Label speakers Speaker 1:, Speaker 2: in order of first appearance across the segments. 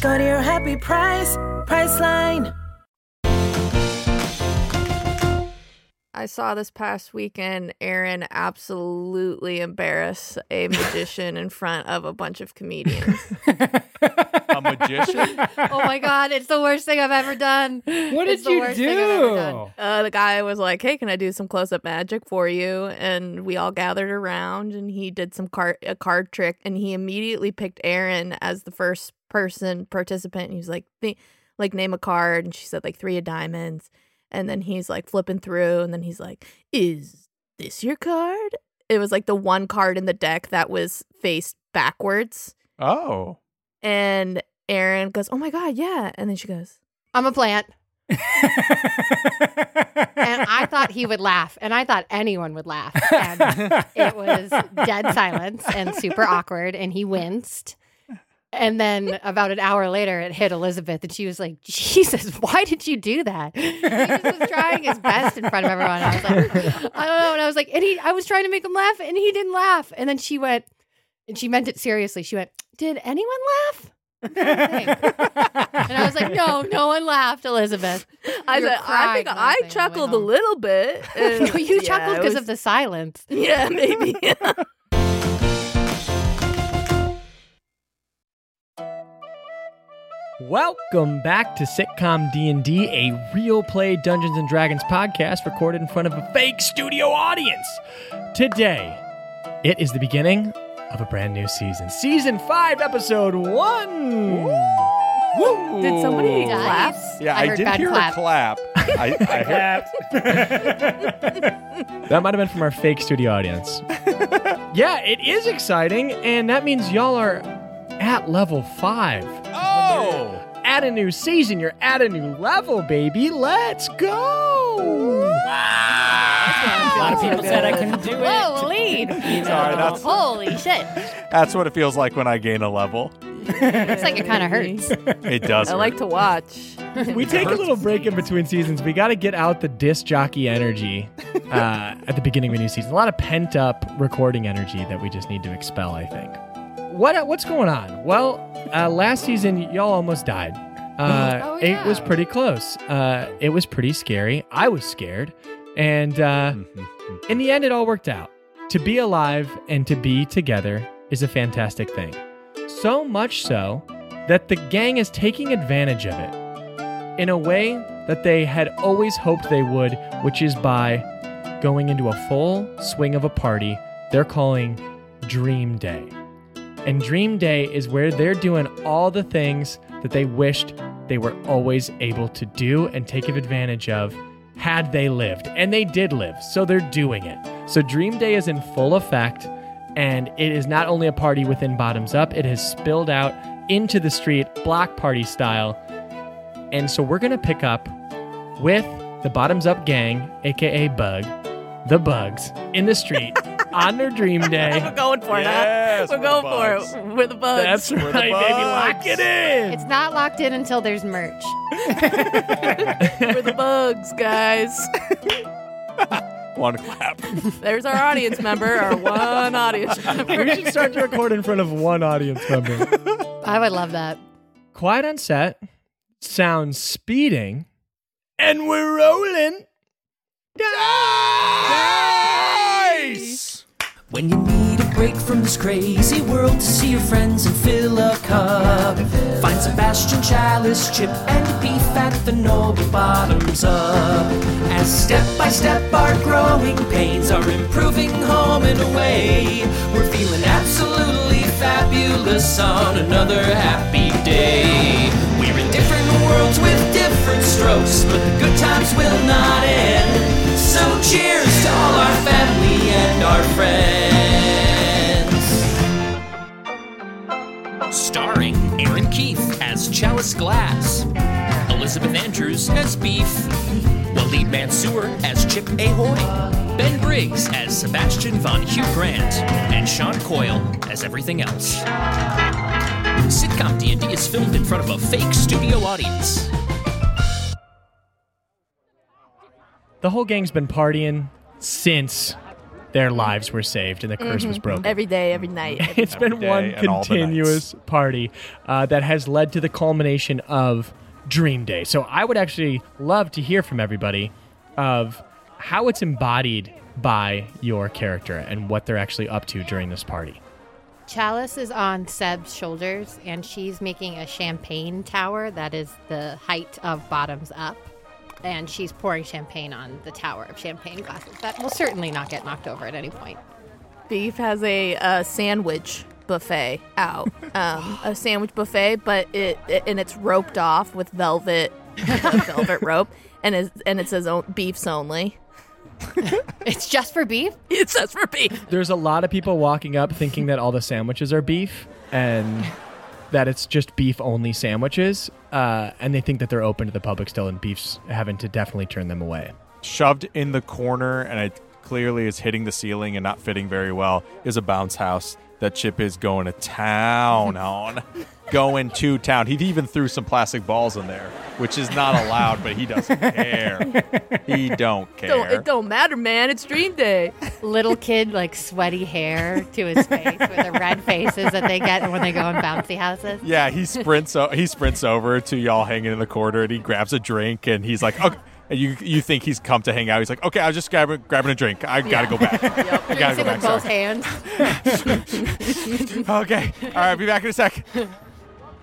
Speaker 1: Go to your happy price, Priceline.
Speaker 2: I saw this past weekend Aaron absolutely embarrass a magician in front of a bunch of comedians.
Speaker 3: a magician?
Speaker 2: oh my god, it's the worst thing I've ever done.
Speaker 4: What
Speaker 2: It's
Speaker 4: did
Speaker 2: the
Speaker 4: you
Speaker 2: worst thing I've ever done.
Speaker 4: do?
Speaker 2: Uh, the guy was like, "Hey, can I do some close-up magic for you?" And we all gathered around, and he did some card a card trick, and he immediately picked Aaron as the first person participant. And he was like, "Thi- "Like name a card," and she said like three of diamonds, and then he's like flipping through, and then he's like, "Is this your card?" It was like the one card in the deck that was faced backwards.
Speaker 3: Oh.
Speaker 2: And Aaron goes, "Oh my god, yeah!" And then she goes,
Speaker 5: I'm a plant. And I thought he would laugh, and I thought anyone would laugh. And it was dead silence and super awkward, and he winced. And then about an hour later, it hit Elizabeth, and she was like, Jesus, why did you do that? He just was trying his best in front of everyone. I was like, I don't know. And I was like, and he, I was trying to make him laugh, and he didn't laugh. And then she went, and she meant it seriously. She went, Did anyone laugh? And I was like, No, no one laughed, Elizabeth.
Speaker 2: I
Speaker 5: You were
Speaker 2: said, I
Speaker 5: crying
Speaker 2: think
Speaker 5: laughing
Speaker 2: I
Speaker 5: on the way
Speaker 2: chuckled a
Speaker 5: home."
Speaker 2: little bit. and-
Speaker 5: No, you
Speaker 2: yeah,
Speaker 5: chuckled
Speaker 2: it
Speaker 5: because
Speaker 2: was-
Speaker 5: of the silence.
Speaker 2: Yeah, maybe.
Speaker 4: Welcome back to Sitcom D&D, a real play Dungeons and Dragons podcast recorded in front of a fake studio audience. Today, it is the beginning of a brand new season. Season 5, episode 1.
Speaker 3: Woo!
Speaker 2: Did somebody
Speaker 5: Nice.
Speaker 2: clap?
Speaker 3: Yeah,
Speaker 5: I
Speaker 3: I,
Speaker 5: heard
Speaker 3: did
Speaker 5: bad
Speaker 3: hear
Speaker 5: clap.
Speaker 3: a clap. I, I heard,
Speaker 4: That might have been from our fake studio audience. yeah, it is exciting, and that means y'all are at level 5.
Speaker 3: oh!
Speaker 4: at a new season. You're at a new level, baby. Let's go.
Speaker 2: A lot of people said I couldn't
Speaker 4: do
Speaker 5: Whoa, lead.
Speaker 3: Sorry, that's-
Speaker 5: Holy shit.
Speaker 3: That's what it feels like when I gain a level.
Speaker 5: Looks like it kind of hurts.
Speaker 3: It does.
Speaker 2: I like to watch.
Speaker 4: We take a little break in between seasons. We got to get out the disc jockey energy uh, at the beginning of a new season. A lot of pent up recording energy that we just need to expel, I think. What uh, What's going on? Well, uh, last season, y'all almost died. Uh,
Speaker 5: Oh,
Speaker 4: It
Speaker 5: yeah.
Speaker 4: was pretty close. Uh, it was pretty scary. I was scared. And uh,
Speaker 5: Mm-hmm.
Speaker 4: In the end, it all worked out. To be alive and to be together is a fantastic thing. So much so that the gang is taking advantage of it in a way that they had always hoped they would, which is by going into a full swing of a party they're calling Dream Day. And Dream Day is where they're doing all the things that they wished they were always able to do and take advantage of had they lived. And they did live, so they're doing it. So Dream Day is in full effect, and it is not only a party within Bottoms Up, it has spilled out into the street, block party style. And so we're going to pick up with the Bottoms Up Gang, aka Bug, the Bugs, in the street on their Dream Day.
Speaker 2: We're going for
Speaker 3: Yes,
Speaker 2: it. We're
Speaker 3: we're
Speaker 2: going
Speaker 3: the
Speaker 2: for
Speaker 3: bugs.
Speaker 2: it. We're the bugs.
Speaker 4: That's
Speaker 3: the
Speaker 4: right, baby. Lock
Speaker 3: bugs.
Speaker 4: it in.
Speaker 5: It's not locked in until there's merch.
Speaker 2: We're the bugs, guys.
Speaker 3: One clap.
Speaker 2: There's our audience member, our one audience member.
Speaker 4: we should start to record in front of one audience member.
Speaker 5: I would love that.
Speaker 4: Quiet on set, sound speeding, and we're rolling.
Speaker 3: Nice!
Speaker 6: When you need a break from this crazy world to see your friends and fill a cup, find Sebastian Chalice, Chip, and Beef at the Noble Bottoms Up. As step by step our growing pains are improving home and away, we're feeling absolutely fabulous on another happy day. We're in different worlds with different strokes, but the good times will not end. So cheers to all our family and our friends. starring Aaron Keith as Chalice Glass, Elizabeth Andrews as Beef, Waleed Mansour as Chip Ahoy, Ben Briggs as Sebastian von Hugh Grant, and Sean Coyle as everything else. Sitcom D&D is filmed in front of a fake studio audience.
Speaker 4: The whole gang's been partying since their lives were saved and the curse was broken.
Speaker 2: Every day, every night. every-
Speaker 4: It's been
Speaker 3: day
Speaker 4: one
Speaker 3: and all the nights.
Speaker 4: continuous party uh, that has led to the culmination of Dream Day. So I would actually love to hear from everybody of how it's embodied by your character and what they're actually up to during this party.
Speaker 5: Chalice is on Seb's shoulders, and she's making a champagne tower that is the height of bottoms up. And she's pouring champagne on the tower of champagne glasses that will certainly not get knocked over at any point.
Speaker 2: Beef has a uh, sandwich buffet out, um, a sandwich buffet, but it, it- and it's roped off with velvet, with velvet rope, and is and it says o- beefs only.
Speaker 5: It's just for beef.
Speaker 2: It says for beef.
Speaker 4: There's a lot of people walking up thinking that all the sandwiches are beef and that it's just beef only sandwiches. Uh, and they think that they're open to the public still, and beef's having to definitely turn them away.
Speaker 3: Shoved in the corner, and it clearly is hitting the ceiling and not fitting very well, is a bounce house that Chip is going to town on. going to town. He even threw some plastic balls in there, which is not allowed, but he doesn't care. He don't care.
Speaker 2: Don't, it don't matter, man. It's dream day.
Speaker 5: Little kid, like sweaty hair to his face with the red faces that they get when they go in bouncy houses.
Speaker 3: Yeah, he sprints. O- he sprints over to y'all hanging in the corner, and he grabs a drink, and he's like, "Okay." And you you think he's come to hang out? He's like, "Okay, I was just grabbing grabbing a drink. I gotta go back. I gotta
Speaker 5: Drinks
Speaker 3: go
Speaker 5: it
Speaker 3: back."
Speaker 5: with
Speaker 3: sorry.
Speaker 5: both hands.
Speaker 3: Okay, all right, be back in a sec.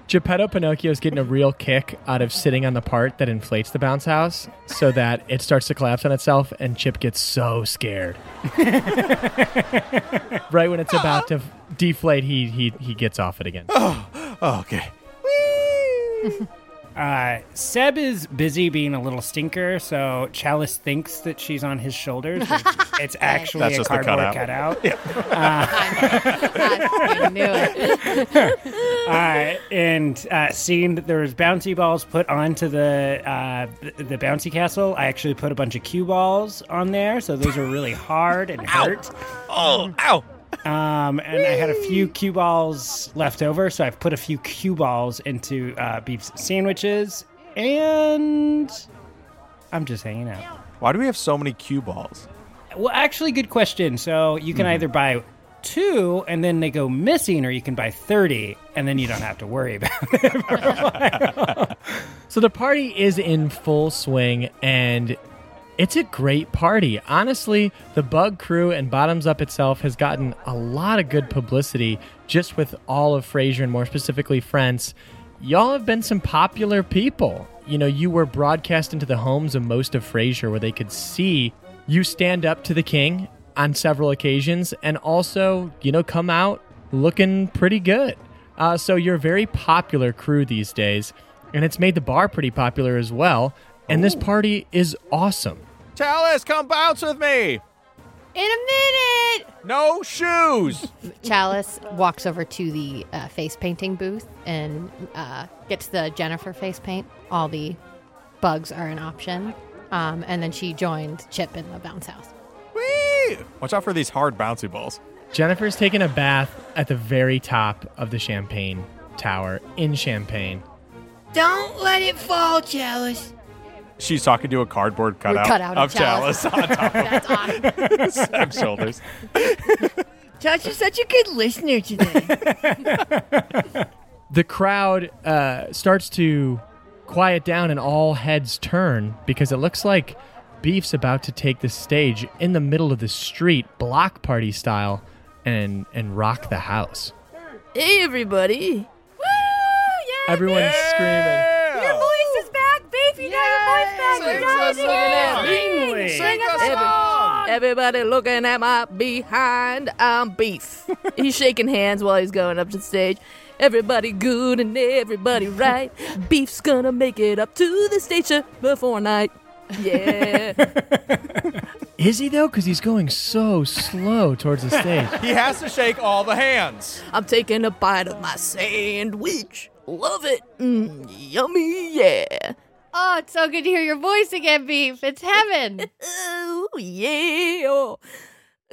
Speaker 4: Geppetto Pinocchio's getting a real kick out of sitting on the part that inflates the bounce house so that it starts to collapse on itself and Chip gets so scared. right when it's about to deflate, he, he he gets off it again.
Speaker 3: Okay,
Speaker 7: Uh, Seb is busy being a little stinker, so Chalice thinks that she's on his shoulders. It's- It's actually
Speaker 3: That's
Speaker 7: a
Speaker 3: just the
Speaker 7: cardboard
Speaker 3: cutout.
Speaker 7: cutout.
Speaker 5: I knew it.
Speaker 7: Uh, and uh, seeing that there was bouncy balls put onto the uh, th- the bouncy castle, I actually put a bunch of cue balls on there, so those are really hard and hurt.
Speaker 3: Oh, ow!
Speaker 7: Um, and I had a few cue balls left over, so I've put a few cue balls into uh, beef's sandwiches, and I'm just hanging out.
Speaker 3: Why do we have so many cue balls?
Speaker 7: Well, actually, good question. So you can either
Speaker 6: Mm-hmm.
Speaker 7: buy two and then they go missing, or you can buy 30 and then you don't have to worry about it.
Speaker 4: So the party is in full swing and it's a great party. Honestly, the Bug Crew and Bottoms Up itself has gotten a lot of good publicity just with all of Frasier and more specifically Friends. Y'all have been some popular people. You know, you were broadcast into the homes of most of Frasier where they could see you stand up to the king on several occasions and also, you know, come out looking pretty good. Uh, so you're a very popular crew these days, and it's made the bar pretty popular as well. And this party is awesome.
Speaker 3: Chalice, come bounce with me.
Speaker 5: In a minute.
Speaker 3: No shoes.
Speaker 5: Chalice walks over to the uh, face painting booth and uh, gets the Jennifer face paint. All the bugs are an option. Um, and then she joined Chip in the bounce house.
Speaker 3: Whee! Watch out for these hard bouncy balls.
Speaker 4: Jennifer's taking a bath at the very top of the champagne tower in Champagne.
Speaker 8: Don't let it fall, Chalice.
Speaker 3: She's talking to a cardboard cutout,
Speaker 5: cutout
Speaker 3: of
Speaker 5: of Chalice.
Speaker 3: Chalice on top
Speaker 5: That's awesome.
Speaker 3: of Sam's shoulders.
Speaker 8: Josh is such a good listener today.
Speaker 4: The crowd uh, starts to quiet down and all heads turn because it looks like Beef's about to take the stage in the middle of the street, block party style, and, and rock the house.
Speaker 2: Hey, everybody.
Speaker 4: Everyone's screaming.
Speaker 3: Yeah.
Speaker 2: Voice is back, beef. You got your voice back. You got it.
Speaker 7: Finally.
Speaker 2: Everybody looking at my behind. I'm beef. he's shaking hands while he's going up to the stage. Everybody good and everybody right. Beef's gonna make it up to the stage before night. Yeah.
Speaker 4: Is he though? Because he's going so slow towards the stage.
Speaker 3: He has to shake all the hands.
Speaker 2: I'm taking a bite of my sandwich. Love it. Mm, yummy, yeah.
Speaker 5: Oh, it's so good to hear your voice again, Beef. It's heaven.
Speaker 2: Oh, yeah.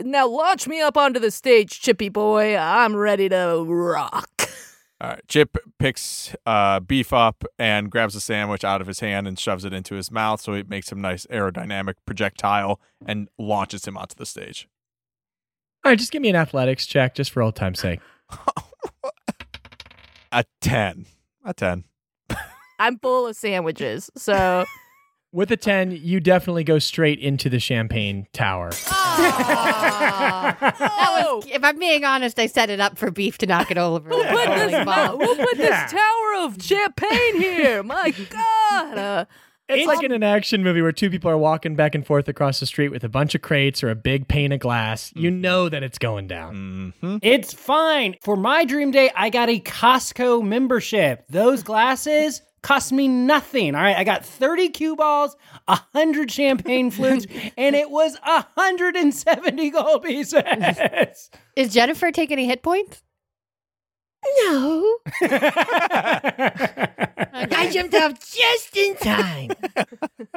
Speaker 2: Now launch me up onto the stage, Chippy boy. I'm ready to rock.
Speaker 3: All right. Uh, Chip picks uh, beef up and grabs a sandwich out of his hand and shoves it into his mouth, so it makes him nice aerodynamic projectile and launches him onto the stage.
Speaker 4: All right, just give me an athletics check, just for old time's sake.
Speaker 3: A ten. A ten.
Speaker 2: I'm full of sandwiches, so
Speaker 4: With a ten, you definitely go straight into the champagne tower.
Speaker 5: That was, if I'm being honest, I set it up for Beef to knock it over. with a
Speaker 2: put
Speaker 5: bowling
Speaker 2: this,
Speaker 5: ball.
Speaker 2: we'll put
Speaker 7: Yeah.
Speaker 2: this tower of champagne here. My God. Uh,
Speaker 4: It's like in an action movie where two people are walking back and forth across the street with a bunch of crates or a big pane of glass. You know that it's going down.
Speaker 3: Mm-hmm.
Speaker 7: It's fine. For my dream day, I got a Costco membership. Those glasses cost me nothing. All right, I got 30 cue balls, 100 champagne flutes, and it was 170 gold pieces.
Speaker 5: Is Jennifer taking any hit points?
Speaker 8: No, I
Speaker 5: Okay.
Speaker 8: jumped out just in time.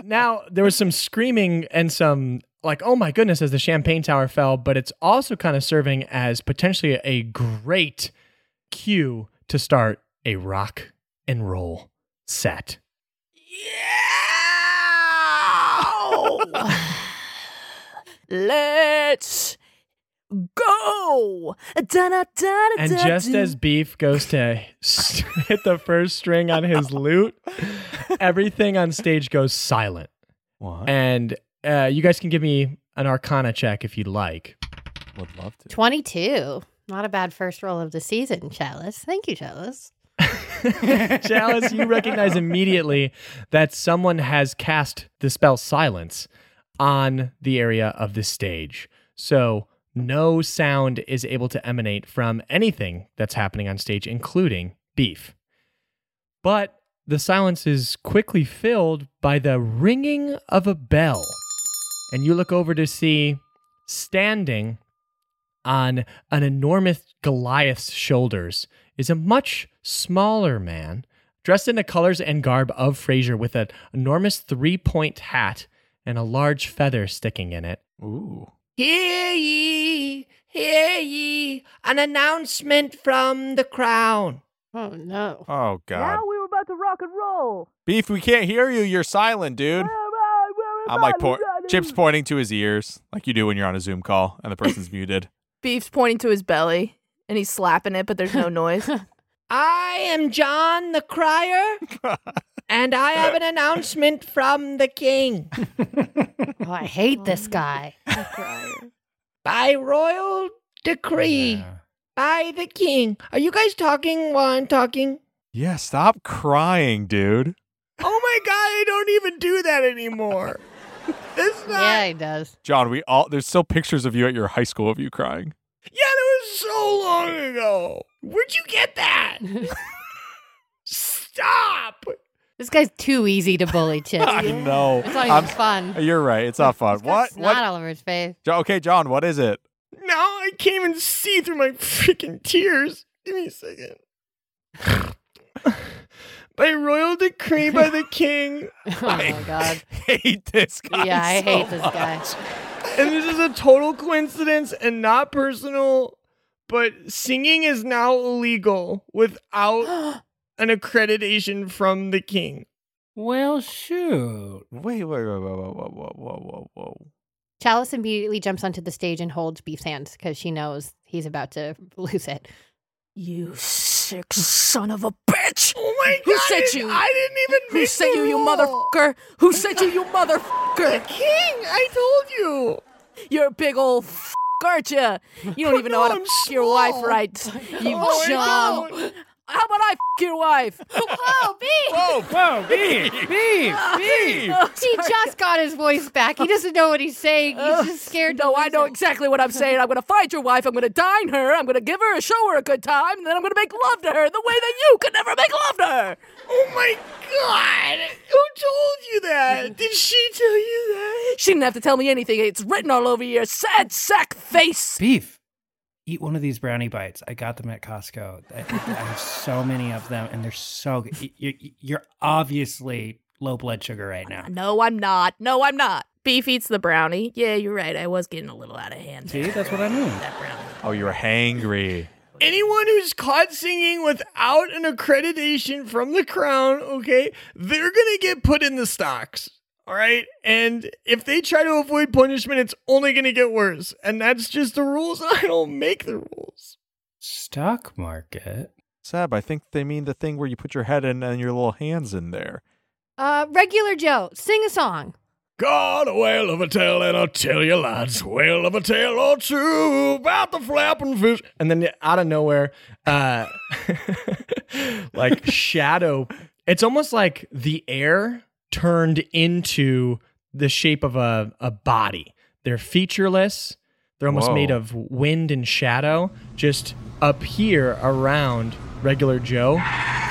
Speaker 4: Now, there was some screaming and some, like, oh my goodness, as the champagne tower fell, but it's also kind of serving as potentially a great cue to start a rock and roll set.
Speaker 2: Let's go. Da-da-da-da-da-da.
Speaker 4: And just as Beef goes to s- hit the first string on his lute, everything on stage goes silent.
Speaker 3: What?
Speaker 4: And uh, you guys can give me an arcana check if you'd like.
Speaker 3: Would love to.
Speaker 5: 22. Not a bad first roll of the season, Chalice. Thank you, Chalice.
Speaker 4: Chalice, you recognize immediately that someone has cast the spell silence on the area of the stage. So no sound is able to emanate from anything that's happening on stage, including beef. But the silence is quickly filled by the ringing of a bell. And you look over to see standing on an enormous Goliath's shoulders is a much smaller man dressed in the colors and garb of Fraser with an enormous three point hat and a large feather sticking in it.
Speaker 3: Ooh.
Speaker 6: Hear ye, hear ye, an announcement from the crown.
Speaker 5: Oh, no.
Speaker 3: Oh God.
Speaker 2: we were about to rock and roll.
Speaker 3: Beef, we can't hear you. You're silent, dude. I'm like, po- Chip's pointing to his ears, like you do when you're on a Zoom call and the person's muted.
Speaker 2: Beef's pointing to his belly and he's slapping it, but there's no noise.
Speaker 6: I am John the Crier, and I have an announcement from the king.
Speaker 5: Oh, I hate this guy.
Speaker 6: By royal decree, by the king. Are you guys talking while I'm talking?
Speaker 3: yeah, stop crying, dude.
Speaker 6: Oh my god, I don't even do that anymore. That's not.
Speaker 5: Yeah, he does.
Speaker 3: John, we all there's still pictures of you at your high school of you crying.
Speaker 6: Yeah, that was so long ago. Where'd you get that? Stop.
Speaker 5: This guy's too easy to bully, Chip.
Speaker 3: I know.
Speaker 5: It's not even
Speaker 3: I'm-
Speaker 5: fun.
Speaker 3: You're right. It's not fun.
Speaker 5: He's got
Speaker 3: What?
Speaker 5: snot
Speaker 3: What?
Speaker 5: all over his face.
Speaker 3: Jo- okay, John. What is it?
Speaker 6: Now I can't even see through my freaking tears. Give me a second. by royal decree by the king,
Speaker 5: Oh, my God.
Speaker 3: Hate this guy.
Speaker 5: Yeah, I
Speaker 3: so
Speaker 5: hate this
Speaker 3: much.
Speaker 5: guy.
Speaker 6: and this is a total coincidence and not personal, but singing is now illegal without an accreditation from the king.
Speaker 7: well, shoot.
Speaker 3: Wait, wait, wait, wait, whoa, whoa, whoa, whoa, whoa, whoa.
Speaker 5: Chalice immediately jumps onto the stage and holds Beef's hands because she knows he's about to lose it.
Speaker 2: you sick son of a bitch.
Speaker 6: Oh my
Speaker 2: Who
Speaker 6: god!
Speaker 2: sent you?
Speaker 6: I didn't even.
Speaker 2: Who
Speaker 6: make
Speaker 2: sent
Speaker 6: the
Speaker 2: you, you
Speaker 6: rule.
Speaker 2: motherfucker? Who sent you, you
Speaker 6: The
Speaker 2: motherfucker?
Speaker 6: king! I told you.
Speaker 2: You're a big old f, aren't you? You don't even know how
Speaker 6: No,
Speaker 2: to
Speaker 6: I'm
Speaker 2: f your wife
Speaker 6: small.
Speaker 2: right. You
Speaker 6: Oh, I
Speaker 2: chum.
Speaker 6: know.
Speaker 2: How about I f your wife?
Speaker 5: Oh, Beef!
Speaker 3: Oh,
Speaker 7: Whoa, beef, beef.
Speaker 3: Steve!
Speaker 5: He just got his voice back. He doesn't know what he's saying. He's just scared. to
Speaker 2: No, I
Speaker 5: lose
Speaker 2: know
Speaker 5: it.
Speaker 2: exactly what I'm saying. I'm going to find your wife. I'm going to dine her. I'm going to give her a show her a good time. And then I'm going to make love to her the way that you could never make love to her.
Speaker 6: Oh my
Speaker 9: God, who told you that? Did she tell you that?
Speaker 2: Hmm. She didn't have to tell me anything. It's written all over your sad sack face.
Speaker 7: Beef, eat one of these brownie bites. I got them at Costco. I, I have so many of them, and they're so good. You're, you're obviously low blood sugar right now.
Speaker 2: No, I'm not. No, I'm not. Beef eats the brownie. Yeah, you're right. I was getting a little out of hand.
Speaker 7: See, that's what I mean.
Speaker 2: That brownie.
Speaker 3: Oh, you're hangry.
Speaker 9: Anyone who's caught singing without an accreditation from the crown, okay, they're gonna get put in the stocks. All right. And if they try to avoid punishment, it's only gonna get worse. And that's just the rules. I don't make the rules.
Speaker 7: Stock market.
Speaker 3: Sab, I think they mean the thing where you put your head in and your little hands in there.
Speaker 5: Uh, regular Joe, sing a song.
Speaker 9: God, a whale of a tale, and I'll tell you lots. Whale of a tale or two about the flapping fish.
Speaker 4: and then out of nowhere, uh, like shadow. It's almost like the air turned into the shape of a, a body. They're featureless. They're almost
Speaker 3: Whoa.
Speaker 4: made of wind and shadow. Just appear around regular Joe,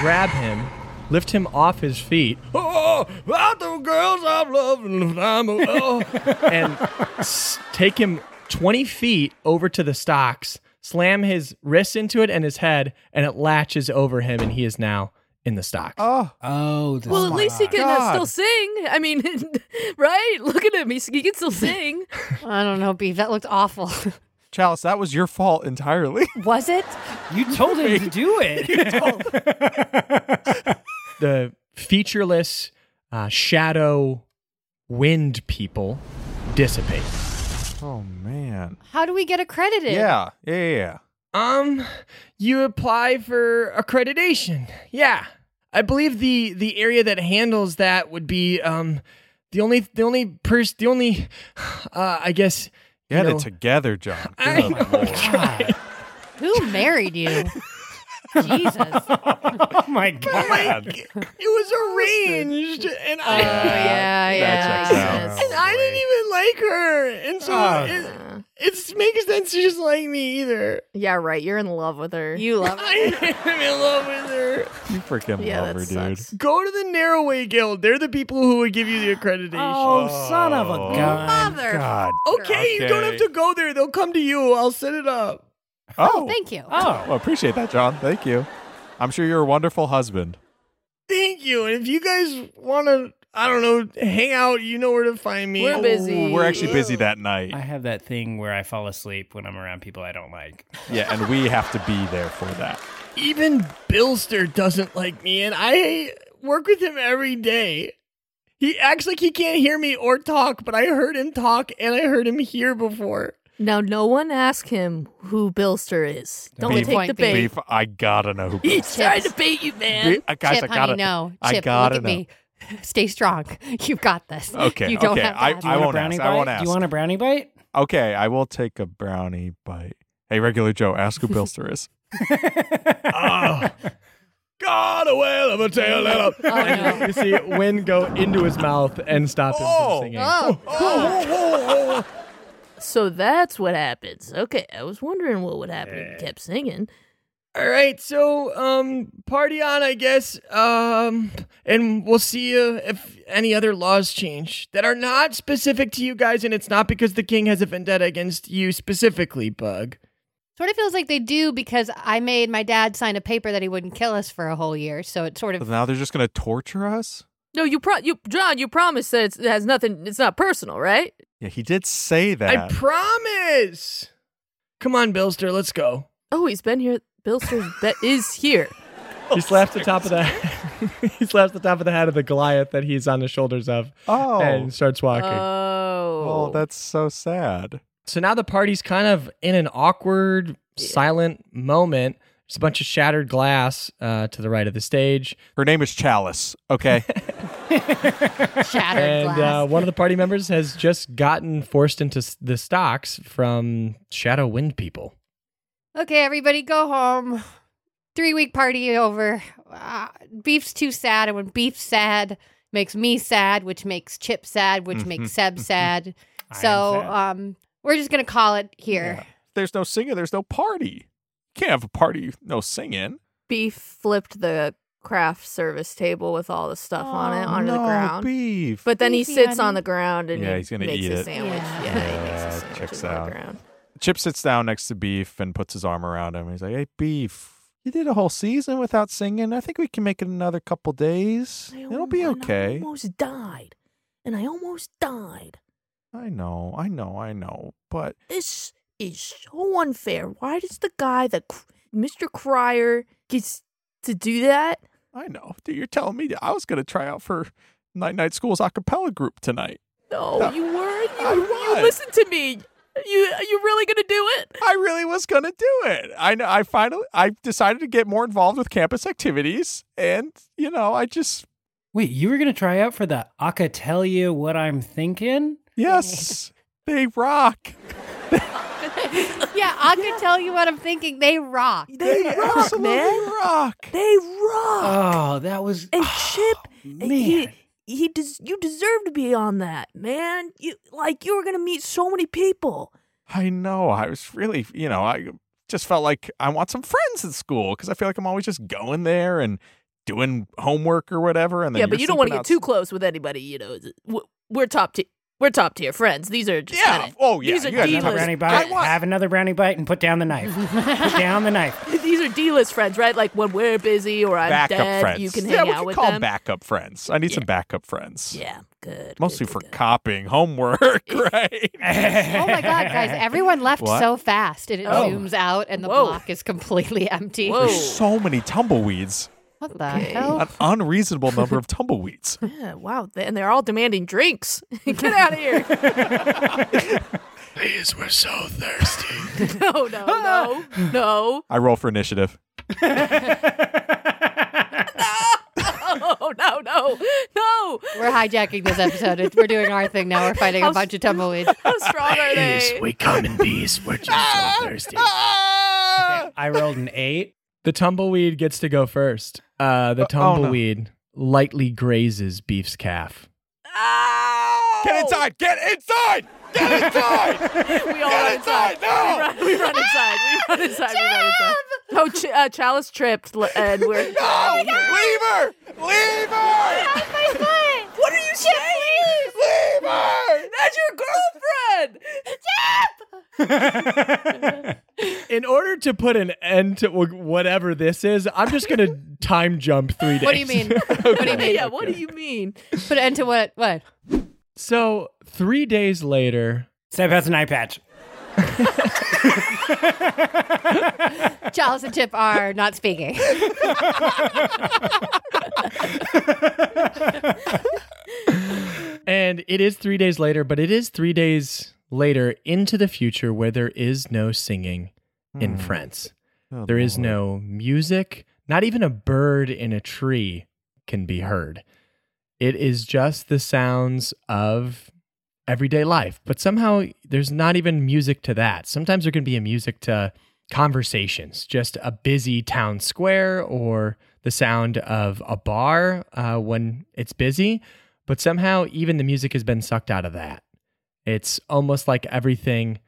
Speaker 4: grab him, lift him off his feet,
Speaker 9: Oh, about the girls I've loved and the time of- oh.
Speaker 4: and s- take him 20 feet over to the stocks, slam his wrist into it and his head, and it latches over him, and he is now in the stocks.
Speaker 7: Oh, this
Speaker 2: Well, at least he can uh, still
Speaker 3: God.
Speaker 2: sing. I mean, right? Look at him. He's, he can still sing.
Speaker 5: I don't know, Beef. That looked awful.
Speaker 3: Chalice, that was your fault entirely.
Speaker 5: Was it?
Speaker 7: you told him to do it.
Speaker 4: The featureless uh, shadow wind people dissipate.
Speaker 3: oh man.
Speaker 5: How do we get accredited?
Speaker 3: Yeah. Yeah. yeah, Yeah.
Speaker 4: Um, you apply for accreditation. Yeah, I believe the the area that handles that would be um the only the only person the only uh I guess
Speaker 3: Get
Speaker 4: you know-
Speaker 3: it together, John.
Speaker 4: I
Speaker 3: Good
Speaker 4: know,
Speaker 3: lord.
Speaker 5: Who married you? Jesus.
Speaker 7: oh my god.
Speaker 9: Like, it was arranged, and I.
Speaker 2: yeah,
Speaker 3: that
Speaker 2: yeah.
Speaker 3: checks out.
Speaker 9: And I didn't even like her, and so
Speaker 7: Oh.
Speaker 9: it, it makes sense she doesn't like me either.
Speaker 2: Yeah, right. You're in love with her.
Speaker 5: You love
Speaker 9: I am in love with her.
Speaker 3: You freaking
Speaker 2: yeah,
Speaker 3: love
Speaker 2: that
Speaker 3: her, dude.
Speaker 2: sucks.
Speaker 9: Go to the Narrowway Guild. They're the people who would give you the accreditation.
Speaker 7: Oh, son of a gun.
Speaker 2: Mother.
Speaker 7: God.
Speaker 5: Oh,
Speaker 9: okay, you don't have
Speaker 3: Okay.
Speaker 9: to go there. They'll come to you. I'll set it up.
Speaker 3: Oh,
Speaker 5: Thank you.
Speaker 7: Oh.
Speaker 3: well, appreciate that, John. Thank you. I'm sure you're a wonderful husband.
Speaker 9: Thank you. And if you guys want to, I don't know, hang out, you know where to find me. Oh,
Speaker 2: We're busy.
Speaker 3: Ooh, we're actually busy that night.
Speaker 7: I have that thing where I fall asleep when I'm around people I don't like.
Speaker 3: Yeah, and we have to be there for that.
Speaker 9: Even Bilster doesn't like me, and I work with him every day. He acts like he can't hear me or talk, but I heard him talk and I heard him hear before.
Speaker 2: Now, no one ask him who Bilster is. Don't
Speaker 3: Beef.
Speaker 2: take
Speaker 5: Point
Speaker 2: the
Speaker 5: beef.
Speaker 2: bait.
Speaker 3: Beef, I gotta know. who-
Speaker 2: He's trying to
Speaker 5: Chips.
Speaker 2: bait you, man.
Speaker 3: Be- uh, guys,
Speaker 5: Chip,
Speaker 3: I gotta
Speaker 5: honey, no.
Speaker 3: I
Speaker 5: Chip,
Speaker 3: gotta
Speaker 5: look at
Speaker 3: know.
Speaker 5: me. Stay strong. You've got this.
Speaker 3: Okay,
Speaker 5: You don't
Speaker 3: okay,
Speaker 5: have to
Speaker 3: I-
Speaker 5: ask.
Speaker 7: Do you want a
Speaker 3: won't
Speaker 7: brownie
Speaker 3: ask,
Speaker 7: bite?
Speaker 3: I won't
Speaker 7: Do you
Speaker 3: ask.
Speaker 7: want a brownie bite?
Speaker 3: Okay, I will take a brownie bite. Hey, regular Joe, ask who Bilster is.
Speaker 9: Oh, God, a whale of a tail. and a-
Speaker 5: Oh, no.
Speaker 4: you see wind go into his mouth and stop him
Speaker 3: Oh.
Speaker 4: from singing.
Speaker 5: Oh,
Speaker 9: Oh, oh, oh, oh.
Speaker 2: So that's what happens. Okay, I was wondering what would happen if you kept singing.
Speaker 4: All right, so um, party on, I guess. Um, and we'll see you if any other laws change that are not specific to you guys, and it's not because the king has a vendetta against you specifically, Bug.
Speaker 5: Sort of feels like they do because I made my dad sign a paper that he wouldn't kill us for a whole year. So it sort
Speaker 3: So
Speaker 5: of.
Speaker 3: now they're just gonna torture us?
Speaker 2: No, you pro you John, you promised that it's, it has nothing. It's not personal, right?
Speaker 3: Yeah, he did say that.
Speaker 4: I promise. Come on, Bilster, let's go.
Speaker 2: Oh, he's been here. Bilster that is here.
Speaker 4: He slaps the top of the he slaps the top of the head of the Goliath that he's on the shoulders of,
Speaker 3: oh,
Speaker 4: starts walking.
Speaker 2: Oh,
Speaker 3: oh, that's so sad.
Speaker 4: So now the party's kind of in an awkward, silent moment. There's a bunch of shattered glass uh, to the right of the stage,
Speaker 3: Her name is Chalice. Okay.
Speaker 5: shattered
Speaker 4: and uh,
Speaker 5: glass.
Speaker 4: one of the party members has just gotten forced into s- the stocks from Shadow Wind people.
Speaker 5: okay, everybody, go home. Three week party over. Uh, beef's too sad, and when beef's sad, makes me sad, which makes Chip sad, which makes Seb sad.
Speaker 7: I am
Speaker 5: so
Speaker 7: sad.
Speaker 5: um, we're just gonna call it here.
Speaker 3: there's no singing, there's no party. You can't have a party, no singing.
Speaker 2: Beef flipped the craft service table with all the stuff on it
Speaker 3: Oh,
Speaker 2: onto the
Speaker 3: no,
Speaker 2: ground.
Speaker 3: Beef.
Speaker 2: But then he
Speaker 5: Beefy,
Speaker 2: sits on
Speaker 5: honey.
Speaker 2: the ground and
Speaker 3: Yeah,
Speaker 2: he
Speaker 3: he's gonna
Speaker 2: makes
Speaker 3: eat
Speaker 2: a
Speaker 3: it.
Speaker 2: sandwich. Yeah,
Speaker 5: Yeah.
Speaker 2: he makes
Speaker 3: Yeah,
Speaker 2: a sandwich
Speaker 3: checks
Speaker 2: on
Speaker 3: out.
Speaker 2: the ground.
Speaker 3: Chip sits down next to Beef and puts his arm around him. He's like, "Hey, Beef, you did a whole season without singing. I think we can make it another couple days. It'll be okay."
Speaker 2: I almost died, and I almost died.
Speaker 3: I know, I know, I know. But
Speaker 2: This is so unfair. Why does the guy, the cr- Mr. Crier, gets to do that?
Speaker 3: I know, dude. You're telling me that I was gonna try out for Night Night School's a cappella group tonight.
Speaker 2: No,
Speaker 3: No.
Speaker 2: you weren't. You,
Speaker 3: Uh, I
Speaker 2: you
Speaker 3: was.
Speaker 2: listen to me. You are you really gonna do it?
Speaker 3: I really was gonna do it. I know. I finally, I decided to get more involved with campus activities, and you know, I just
Speaker 7: Wait, you were gonna try out for the I could tell you what I'm thinking?
Speaker 3: yes, they rock.
Speaker 5: yeah, I can tell you what I'm thinking. They rock.
Speaker 2: They rock,
Speaker 3: absolutely
Speaker 2: man.
Speaker 3: rock.
Speaker 2: They rock.
Speaker 7: Oh, that was
Speaker 2: and
Speaker 7: oh,
Speaker 2: Chip, eh,
Speaker 7: man.
Speaker 2: he he des- you deserve to be on that, man. You like you were gonna meet so many people.
Speaker 3: I know. I was really, you know, I just felt like I want some friends at school because I feel like I'm always just going there and doing homework or whatever. And then
Speaker 2: yeah, but
Speaker 3: you're
Speaker 2: you don't want to
Speaker 3: sleeping
Speaker 2: get too
Speaker 3: outs-
Speaker 2: close with anybody. You know, W- we're top tier. We're top tier friends. These are just
Speaker 3: Yeah.
Speaker 2: kinda-
Speaker 3: oh, yeah.
Speaker 2: These are
Speaker 3: you gotta
Speaker 2: D
Speaker 3: have a
Speaker 2: list.
Speaker 7: brownie
Speaker 3: I
Speaker 7: bite.
Speaker 3: want-
Speaker 7: Have another brownie bite and put down the knife. put down the knife.
Speaker 2: These are D list friends, right? Like when we're busy or I'm
Speaker 3: backup
Speaker 2: dead,
Speaker 3: friends.
Speaker 2: you can hang
Speaker 3: yeah, we
Speaker 2: out
Speaker 3: can
Speaker 2: with
Speaker 3: call
Speaker 2: them.
Speaker 3: backup friends. I need some
Speaker 2: Yeah.
Speaker 3: backup friends.
Speaker 2: Yeah, good.
Speaker 3: Mostly
Speaker 2: good,
Speaker 3: for
Speaker 2: good, good.
Speaker 3: copying homework, right?
Speaker 5: Oh my god, guys! Everyone left
Speaker 3: What?
Speaker 5: so fast, and it
Speaker 2: Oh.
Speaker 5: zooms out, and the
Speaker 2: Whoa.
Speaker 5: block is completely empty.
Speaker 2: Whoa.
Speaker 3: There's so many tumbleweeds.
Speaker 5: What the hell?
Speaker 3: An unreasonable number of tumbleweeds.
Speaker 2: Yeah, wow. Th- And they're all demanding drinks. Get out of here.
Speaker 10: Please, we're so thirsty.
Speaker 2: No, no, no, no.
Speaker 3: I roll for initiative.
Speaker 2: Oh, no, no, no.
Speaker 5: We're hijacking this episode. It's- We're doing our thing now. We're fighting a
Speaker 2: How
Speaker 5: bunch of tumbleweeds.
Speaker 2: How strong are
Speaker 10: Please,
Speaker 2: they?
Speaker 10: we come in peace. We're
Speaker 5: Ah.
Speaker 10: just so thirsty.
Speaker 3: Ah!
Speaker 7: I rolled an eight.
Speaker 4: The tumbleweed gets to go first. Uh,
Speaker 3: oh,
Speaker 4: the
Speaker 3: no.
Speaker 4: tumbleweed lightly grazes Beef's calf.
Speaker 2: Ow!
Speaker 3: Get inside! Get inside! Get inside!
Speaker 2: We all
Speaker 3: Get
Speaker 2: run inside.
Speaker 3: inside! No!
Speaker 2: We run inside. We run inside. We run inside. Oh, Ch- uh, Chalice tripped, l- and we're.
Speaker 3: No! Leave her! Leave her!
Speaker 2: What are you saying?
Speaker 3: Leave her!
Speaker 2: That's your girlfriend.
Speaker 4: In order to put an end to wh- whatever this is, I'm just going to time jump three days.
Speaker 5: What do you mean? What do you mean?
Speaker 2: yeah. What do you mean?
Speaker 5: Put an end to what? What?
Speaker 4: So, three days later,
Speaker 7: Step has an eye patch.
Speaker 5: Chalice and Chip are not speaking.
Speaker 4: and it is three days later, but it is three days later into the future where there is no singing in France. There is no music. Not even a bird in a tree can be heard. It is just the sounds of everyday life. But somehow there's not even music to that. Sometimes there can be a music to conversations, just a busy town square or the sound of a bar uh, when it's busy. But somehow even the music has been sucked out of that. It's almost like everything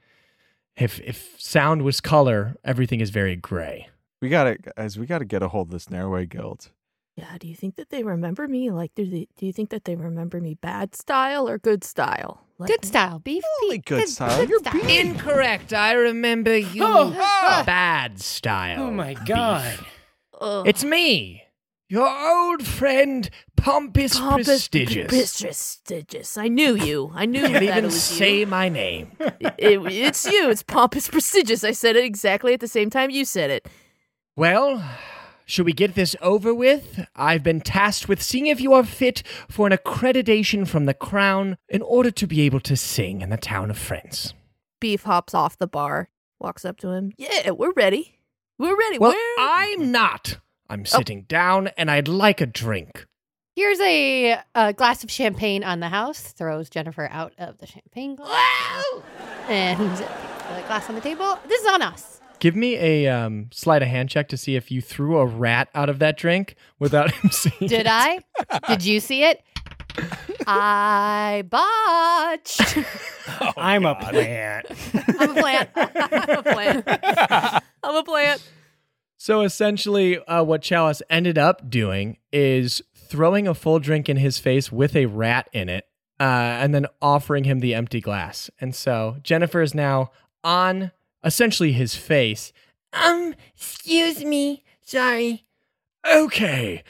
Speaker 4: if if sound was color, everything is very gray.
Speaker 3: We gotta, guys. We gotta get a hold of this Narway Guild.
Speaker 2: Yeah. Do you think that they remember me? Like, do they? Do you think that they remember me bad style or good style? Like,
Speaker 5: Good style. Beef.
Speaker 3: Only
Speaker 5: beef,
Speaker 3: good style. You're
Speaker 4: Incorrect. I remember you.
Speaker 5: oh.
Speaker 4: Bad style.
Speaker 7: Oh my god.
Speaker 2: ugh.
Speaker 4: It's me, your old friend, Pompous,
Speaker 2: Pompous,
Speaker 4: Prestigious.
Speaker 2: oh, Prestigious. I knew you. I knew
Speaker 4: Can't
Speaker 2: that it
Speaker 4: even
Speaker 2: was
Speaker 4: say
Speaker 2: you.
Speaker 4: my name.
Speaker 2: It- it's you. It's pompous, prestigious. I said it exactly at the same time you said it.
Speaker 4: Well, should we get this over with? I've been tasked with seeing if you are fit for an accreditation from the crown in order to be able to sing in the town of France.
Speaker 2: Beef hops off the bar, walks up to him. Yeah, we're ready. We're ready.
Speaker 4: Well,
Speaker 2: Where- Oh.
Speaker 4: I'm not. I'm sitting down and I'd like a drink.
Speaker 5: Here's a, a glass of champagne on the house. Throws Jennifer out of the champagne glass. And the glass on the table. This is on us.
Speaker 4: Give me a um, sleight of hand check to see if you threw a rat out of that drink without him seeing.
Speaker 5: Did
Speaker 4: it.
Speaker 5: I? Did you see it? I botched.
Speaker 3: Oh,
Speaker 7: I'm a plant.
Speaker 5: I'm a plant.
Speaker 2: I'm a plant. I'm a plant.
Speaker 4: So essentially, uh, what Chalice ended up doing is throwing a full drink in his face with a rat in it, uh, and then offering him the empty glass. And so Jennifer is now on essentially his face.
Speaker 11: Um, excuse me. Sorry.
Speaker 4: Okay.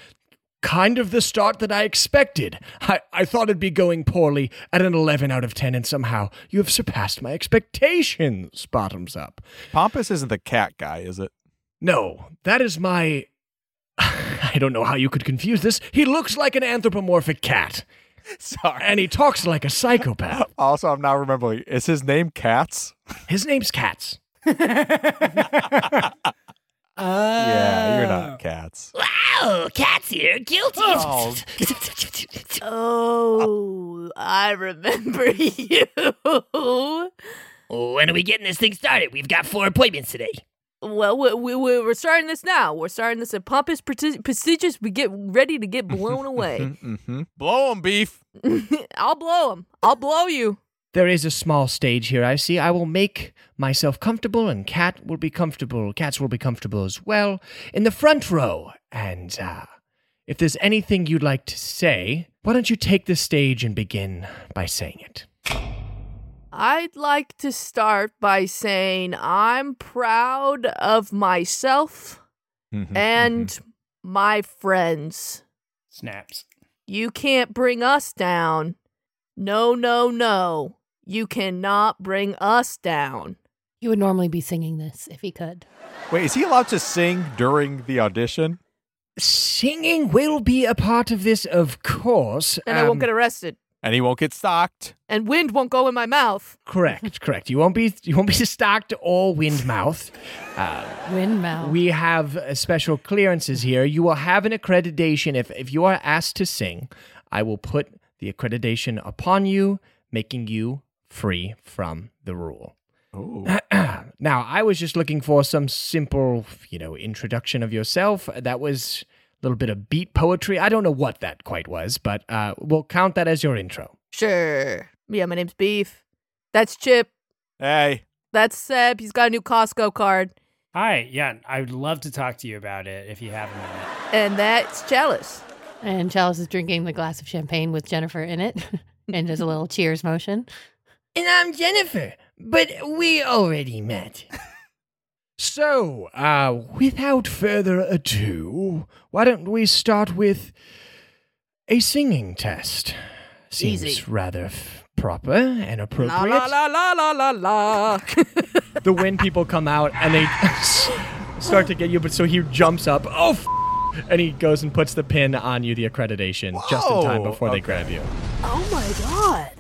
Speaker 4: Kind of the start that I expected. I, I thought it'd be going poorly at an 11 out of 10, and somehow you have surpassed my expectations, bottoms up.
Speaker 3: Pompous isn't the cat guy, is it?
Speaker 4: No, that is my. I don't know how you could confuse this. He looks like an anthropomorphic cat,
Speaker 3: Sorry.
Speaker 4: and he talks like a psychopath.
Speaker 3: Also, I'm now remembering. Is his name Cats?
Speaker 4: His name's Cats.
Speaker 3: Yeah, you're not Cats.
Speaker 11: Oh. Wow, cat's here, guilty.
Speaker 3: Oh,
Speaker 2: Oh, I remember you.
Speaker 11: When are we getting this thing started? We've got four appointments today.
Speaker 2: Well, we, we, we- we're starting this now. We're starting this at Pompous Presti- Prestigious. We get ready to get blown away.
Speaker 3: mm-hmm. Blow him, beef.
Speaker 2: I'll blow him. I'll blow you.
Speaker 4: There is a small stage here, I see. I will make myself comfortable, and Cat will be comfortable. Cats will be comfortable as well in the front row. And uh, if there's anything you'd like to say, why don't you take the stage and begin by saying it?
Speaker 2: I'd like to start by saying I'm proud of myself
Speaker 11: Mm-hmm,
Speaker 3: Mhm,
Speaker 2: and my friends.
Speaker 7: Snaps.
Speaker 2: You can't bring us down. No, no, no. You cannot bring us down.
Speaker 5: He would normally be singing this if he could.
Speaker 3: mhm. Wait, is he allowed to sing during the audition?
Speaker 4: Singing will be a part of this, of course.
Speaker 2: And I won't
Speaker 4: Um,
Speaker 2: get arrested.
Speaker 3: And he won't get stocked.
Speaker 2: And wind won't go in my mouth.
Speaker 4: Correct, correct. You won't be you won't be stocked or wind mouth.
Speaker 5: Windmill.
Speaker 4: We have uh, special clearances here. You will have an accreditation if if you are asked to sing. I will put the accreditation upon you, making you free from the rule. now, I was just looking for some simple, you know, introduction of yourself. That was a little bit of beat poetry. I don't know what that quite was, but uh, we'll count that as your intro.
Speaker 2: Sure. Yeah, my name's Beef. That's Chip.
Speaker 3: Hey,
Speaker 2: That's Seb. He's got a new Costco card.
Speaker 7: Hi, yeah, I would love to talk to you about it if you have a minute.
Speaker 2: And that's Chalice.
Speaker 5: And Chalice is drinking the glass of champagne with Jennifer in it and does a little cheers motion.
Speaker 4: And I'm Jennifer, but we already met. so, uh, without further ado, why don't we start with a singing test? Seems
Speaker 2: Easy.
Speaker 4: rather f- proper and
Speaker 2: La
Speaker 4: appropriate.
Speaker 2: la la la la la la.
Speaker 4: The wind people come out and they start to get you, but so he jumps up. Oh, f- and he goes and puts the pin on you, the accreditation, just in time
Speaker 3: Whoa,
Speaker 4: before they
Speaker 3: okay.
Speaker 4: grab you.
Speaker 2: oh my god.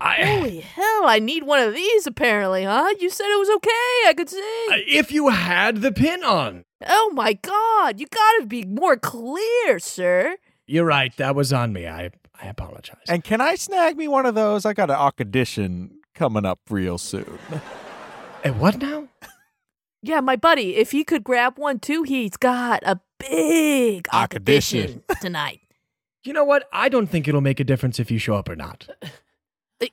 Speaker 4: I,
Speaker 2: Holy hell, I need one of these apparently, huh? You said it was okay. I could sing.
Speaker 4: if you had the pin on,
Speaker 2: oh my god. You gotta be more clear, sir.
Speaker 4: You're right. That was on me. I I apologize.
Speaker 3: and can I snag me one of those? I got an audition coming up real soon.
Speaker 4: And what now?
Speaker 2: Yeah, my buddy, if he could grab one too, he's got a big
Speaker 3: Acquisition.
Speaker 2: audition tonight.
Speaker 4: You know what? I don't think it'll make a difference if you show up or not.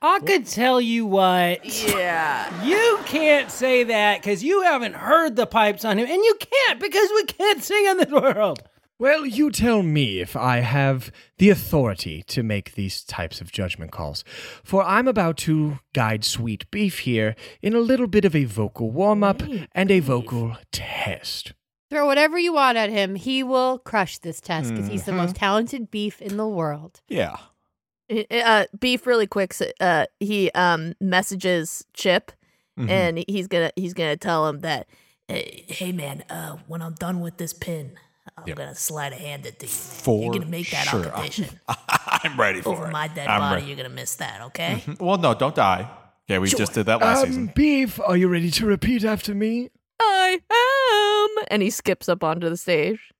Speaker 7: I could tell you what.
Speaker 2: yeah.
Speaker 7: You can't say that because you haven't heard the pipes on him, and you can't because we can't sing in this world.
Speaker 4: Well, you tell me if I have the authority to make these types of judgment calls. For I'm about to guide Sweet Beef here in a little bit of a vocal warm up and a vocal test.
Speaker 5: Throw whatever you want at him. He will crush this test because he's the
Speaker 3: Mm-hmm.
Speaker 5: most talented beef in the world.
Speaker 3: Yeah.
Speaker 2: Uh, Beef really quick. s- Uh, he um messages Chip,
Speaker 3: Mm-hmm.
Speaker 2: and he's gonna he's gonna tell him that, hey, hey man, uh, when I'm done with this pin, I'm gonna slide a hand it to you. man.
Speaker 3: For
Speaker 2: you're gonna make that
Speaker 3: sure.
Speaker 2: occupation
Speaker 3: I'm ready for
Speaker 2: over
Speaker 3: it.
Speaker 2: Oh, my dead
Speaker 3: I'm
Speaker 2: body.
Speaker 3: re- Mm-hmm.
Speaker 2: You're gonna miss that, okay?
Speaker 3: well, no, don't die. Yeah, we just did that last season.
Speaker 4: Um, Beef, are you ready to repeat after me?
Speaker 2: I am. And he skips up onto the stage.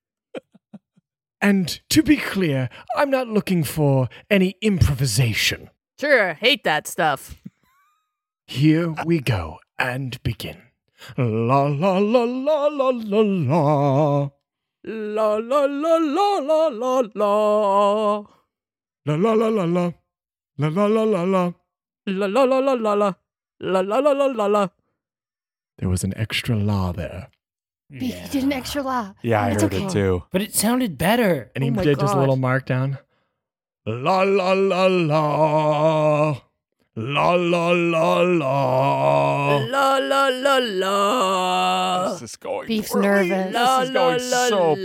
Speaker 4: And to be clear, I'm not looking for any improvisation.
Speaker 2: Sure, hate that stuff.
Speaker 4: Here we go and begin. La la la la la la la.
Speaker 2: La la la la la la la.
Speaker 4: La la la la la. La la la la la.
Speaker 2: La la la la la la. La la la la la la.
Speaker 4: There was an extra la there.
Speaker 5: He did an extra law.
Speaker 3: Yeah, I
Speaker 5: It's
Speaker 3: heard
Speaker 5: okay.
Speaker 3: it too.
Speaker 7: But it sounded better.
Speaker 4: And he
Speaker 2: Oh my
Speaker 4: did just a
Speaker 2: God.
Speaker 4: little markdown.
Speaker 10: La la la la. La la la la.
Speaker 2: La la la la.
Speaker 3: This is going
Speaker 5: Beef's
Speaker 3: poorly.
Speaker 5: nervous.
Speaker 2: La,
Speaker 3: This is
Speaker 2: la,
Speaker 3: going
Speaker 2: la,
Speaker 3: so
Speaker 2: la.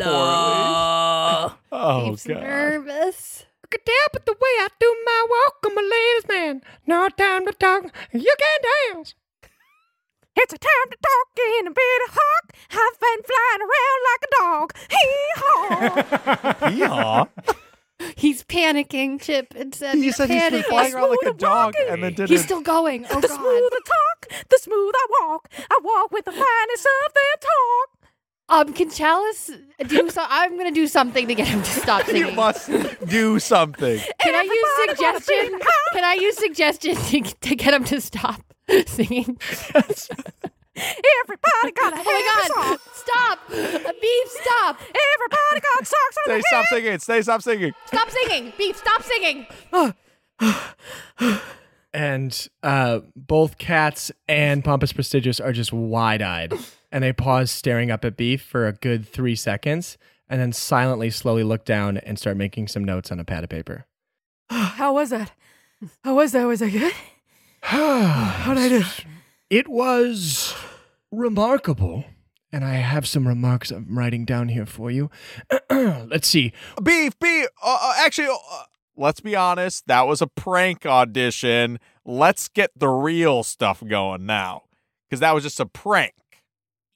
Speaker 3: poorly. Oh
Speaker 5: He's
Speaker 3: god.
Speaker 5: nervous.
Speaker 10: Look at that, but the way I do my walk, I'm a ladies' man. No time to talk. You can dance.
Speaker 2: It's a time to talk in a bit of hawk. I've been flying around like a dog. Hee haw.
Speaker 3: Yeehaw.
Speaker 5: He's panicking, Chip. And said
Speaker 3: He said he's been
Speaker 5: panicking.
Speaker 3: flying around like a dog and then did
Speaker 5: He's
Speaker 3: it.
Speaker 5: still going. Oh
Speaker 2: the
Speaker 5: god.
Speaker 2: smooth I talk, the smooth I walk. I walk with the finest of their talk.
Speaker 5: Um, can Chalice do so? I'm gonna do something to get him to stop singing.
Speaker 3: You must do something.
Speaker 5: Can I use
Speaker 2: Everybody wanna be
Speaker 5: suggestion? Can I use suggestion to, to get him to stop singing?
Speaker 2: Everybody got a
Speaker 5: Oh
Speaker 2: head
Speaker 5: my god! Stop! Uh, Beef, stop!
Speaker 2: Everybody got socks on
Speaker 3: Stay stop singing. Stay stop singing.
Speaker 5: Stop singing! Beef, stop singing!
Speaker 4: And uh, both Cats and Pompous Prestigious are just wide eyed. And they pause staring up at Beef for a good three seconds and then silently, slowly look down and start making some notes on a pad of paper.
Speaker 2: How was that? How was that? Was that good?
Speaker 4: How
Speaker 10: did I do? It was remarkable.
Speaker 4: And I have some remarks I'm writing down here for you. Let's see.
Speaker 3: Beef, beef. Uh, uh, actually, uh, let's be honest. That was a prank audition. Let's get the real stuff going now, because that was just a prank.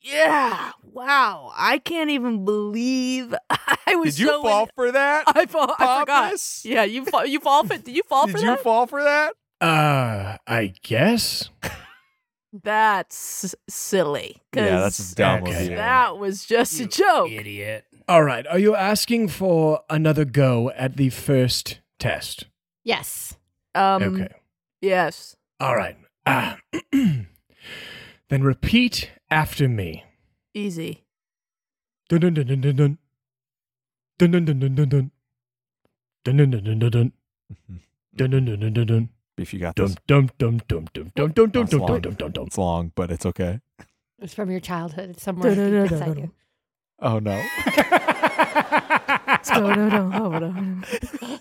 Speaker 2: Yeah. Wow. I can't even believe I was
Speaker 3: Did you
Speaker 2: so
Speaker 3: fall
Speaker 2: in-
Speaker 3: for that?
Speaker 2: I fall. I forgot.
Speaker 3: Pompous?
Speaker 2: Yeah, you fall. You fall for. Did you fall
Speaker 3: Did
Speaker 2: for
Speaker 3: you
Speaker 2: that?
Speaker 3: fall for that?
Speaker 4: Uh, I guess.
Speaker 2: that's s- silly. 'cause
Speaker 3: dumb
Speaker 4: of
Speaker 3: okay.
Speaker 4: you.
Speaker 2: That was just a joke.
Speaker 7: Idiot.
Speaker 4: All right. Are you asking for another go at the first test?
Speaker 5: Yes.
Speaker 2: Um,
Speaker 4: okay.
Speaker 2: Yes.
Speaker 4: All right. Ah. then repeat after me.
Speaker 2: Easy.
Speaker 4: Dun dun dun dun dun dun. Dun dun dun dun dun dun. Dun dun dun dun dun dun. Dun dun dun dun dun dun.
Speaker 3: Beef, you got
Speaker 4: Dum
Speaker 3: this.
Speaker 4: dum dum dum dum dum dum dum
Speaker 3: That's
Speaker 4: dum
Speaker 3: long.
Speaker 4: dum dum dum.
Speaker 3: It's long, but it's okay.
Speaker 5: It's from your childhood. It's somewhere deep inside you.
Speaker 3: Oh no.
Speaker 2: Do-do-do-do-do-do.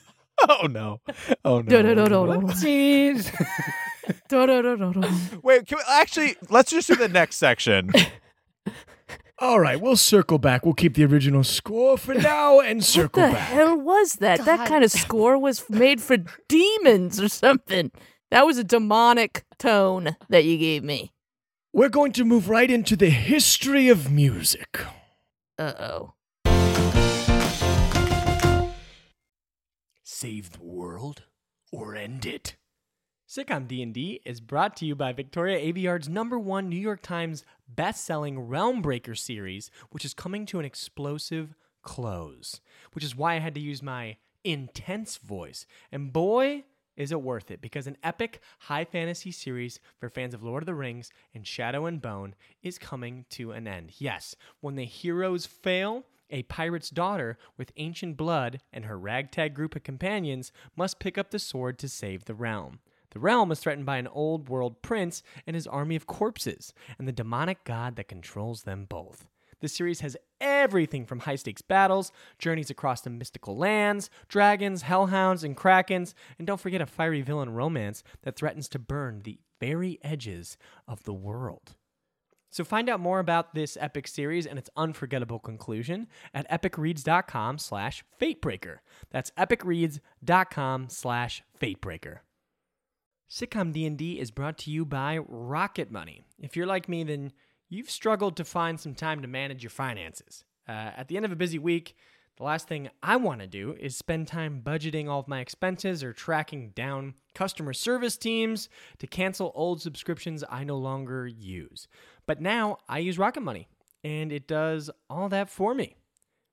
Speaker 3: Oh no. Oh no.
Speaker 2: Do-do-do-do-do.
Speaker 7: Jeez.
Speaker 2: Do-do-do-do-do.
Speaker 3: Wait, can we, actually, let's just do the next section.
Speaker 4: All right, we'll circle back. We'll keep the original score for now and
Speaker 2: What
Speaker 4: circle
Speaker 2: the
Speaker 4: back.
Speaker 2: hell was that? That
Speaker 5: God.
Speaker 2: kind of score was made for demons or something. That was a demonic tone that you gave me.
Speaker 4: We're going to move right into the history of music.
Speaker 2: Uh oh.
Speaker 6: Save the world or end it?
Speaker 4: Sitcom D&D is brought to you by Victoria Aveyard's number one New York Times best-selling Realm Breaker series, which is coming to an explosive close, which is why I had to use my intense voice. And boy, is it worth it, because an epic high fantasy series for fans of Lord of the Rings and Shadow and Bone is coming to an end. Yes, when the heroes fail, a pirate's daughter with ancient blood and her ragtag group of companions must pick up the sword to save the realm. The realm is threatened by an old world prince and his army of corpses, and the demonic god that controls them both. The series has everything from high stakes battles, journeys across the mystical lands, dragons, hellhounds, and krakens, and don't forget a fiery villain romance that threatens to burn the very edges of the world. So find out more about this epic series and its unforgettable conclusion at epicreads.com slash fatebreaker. That's epicreads.com slash fatebreaker. Sitcom D&D is brought to you by Rocket Money. If you're like me, then you've struggled to find some time to manage your finances. Uh, at the end of a busy week, the last thing I want to do is spend time budgeting all of my expenses or tracking down customer service teams to cancel old subscriptions I no longer use. But now I use Rocket Money, and it does all that for me.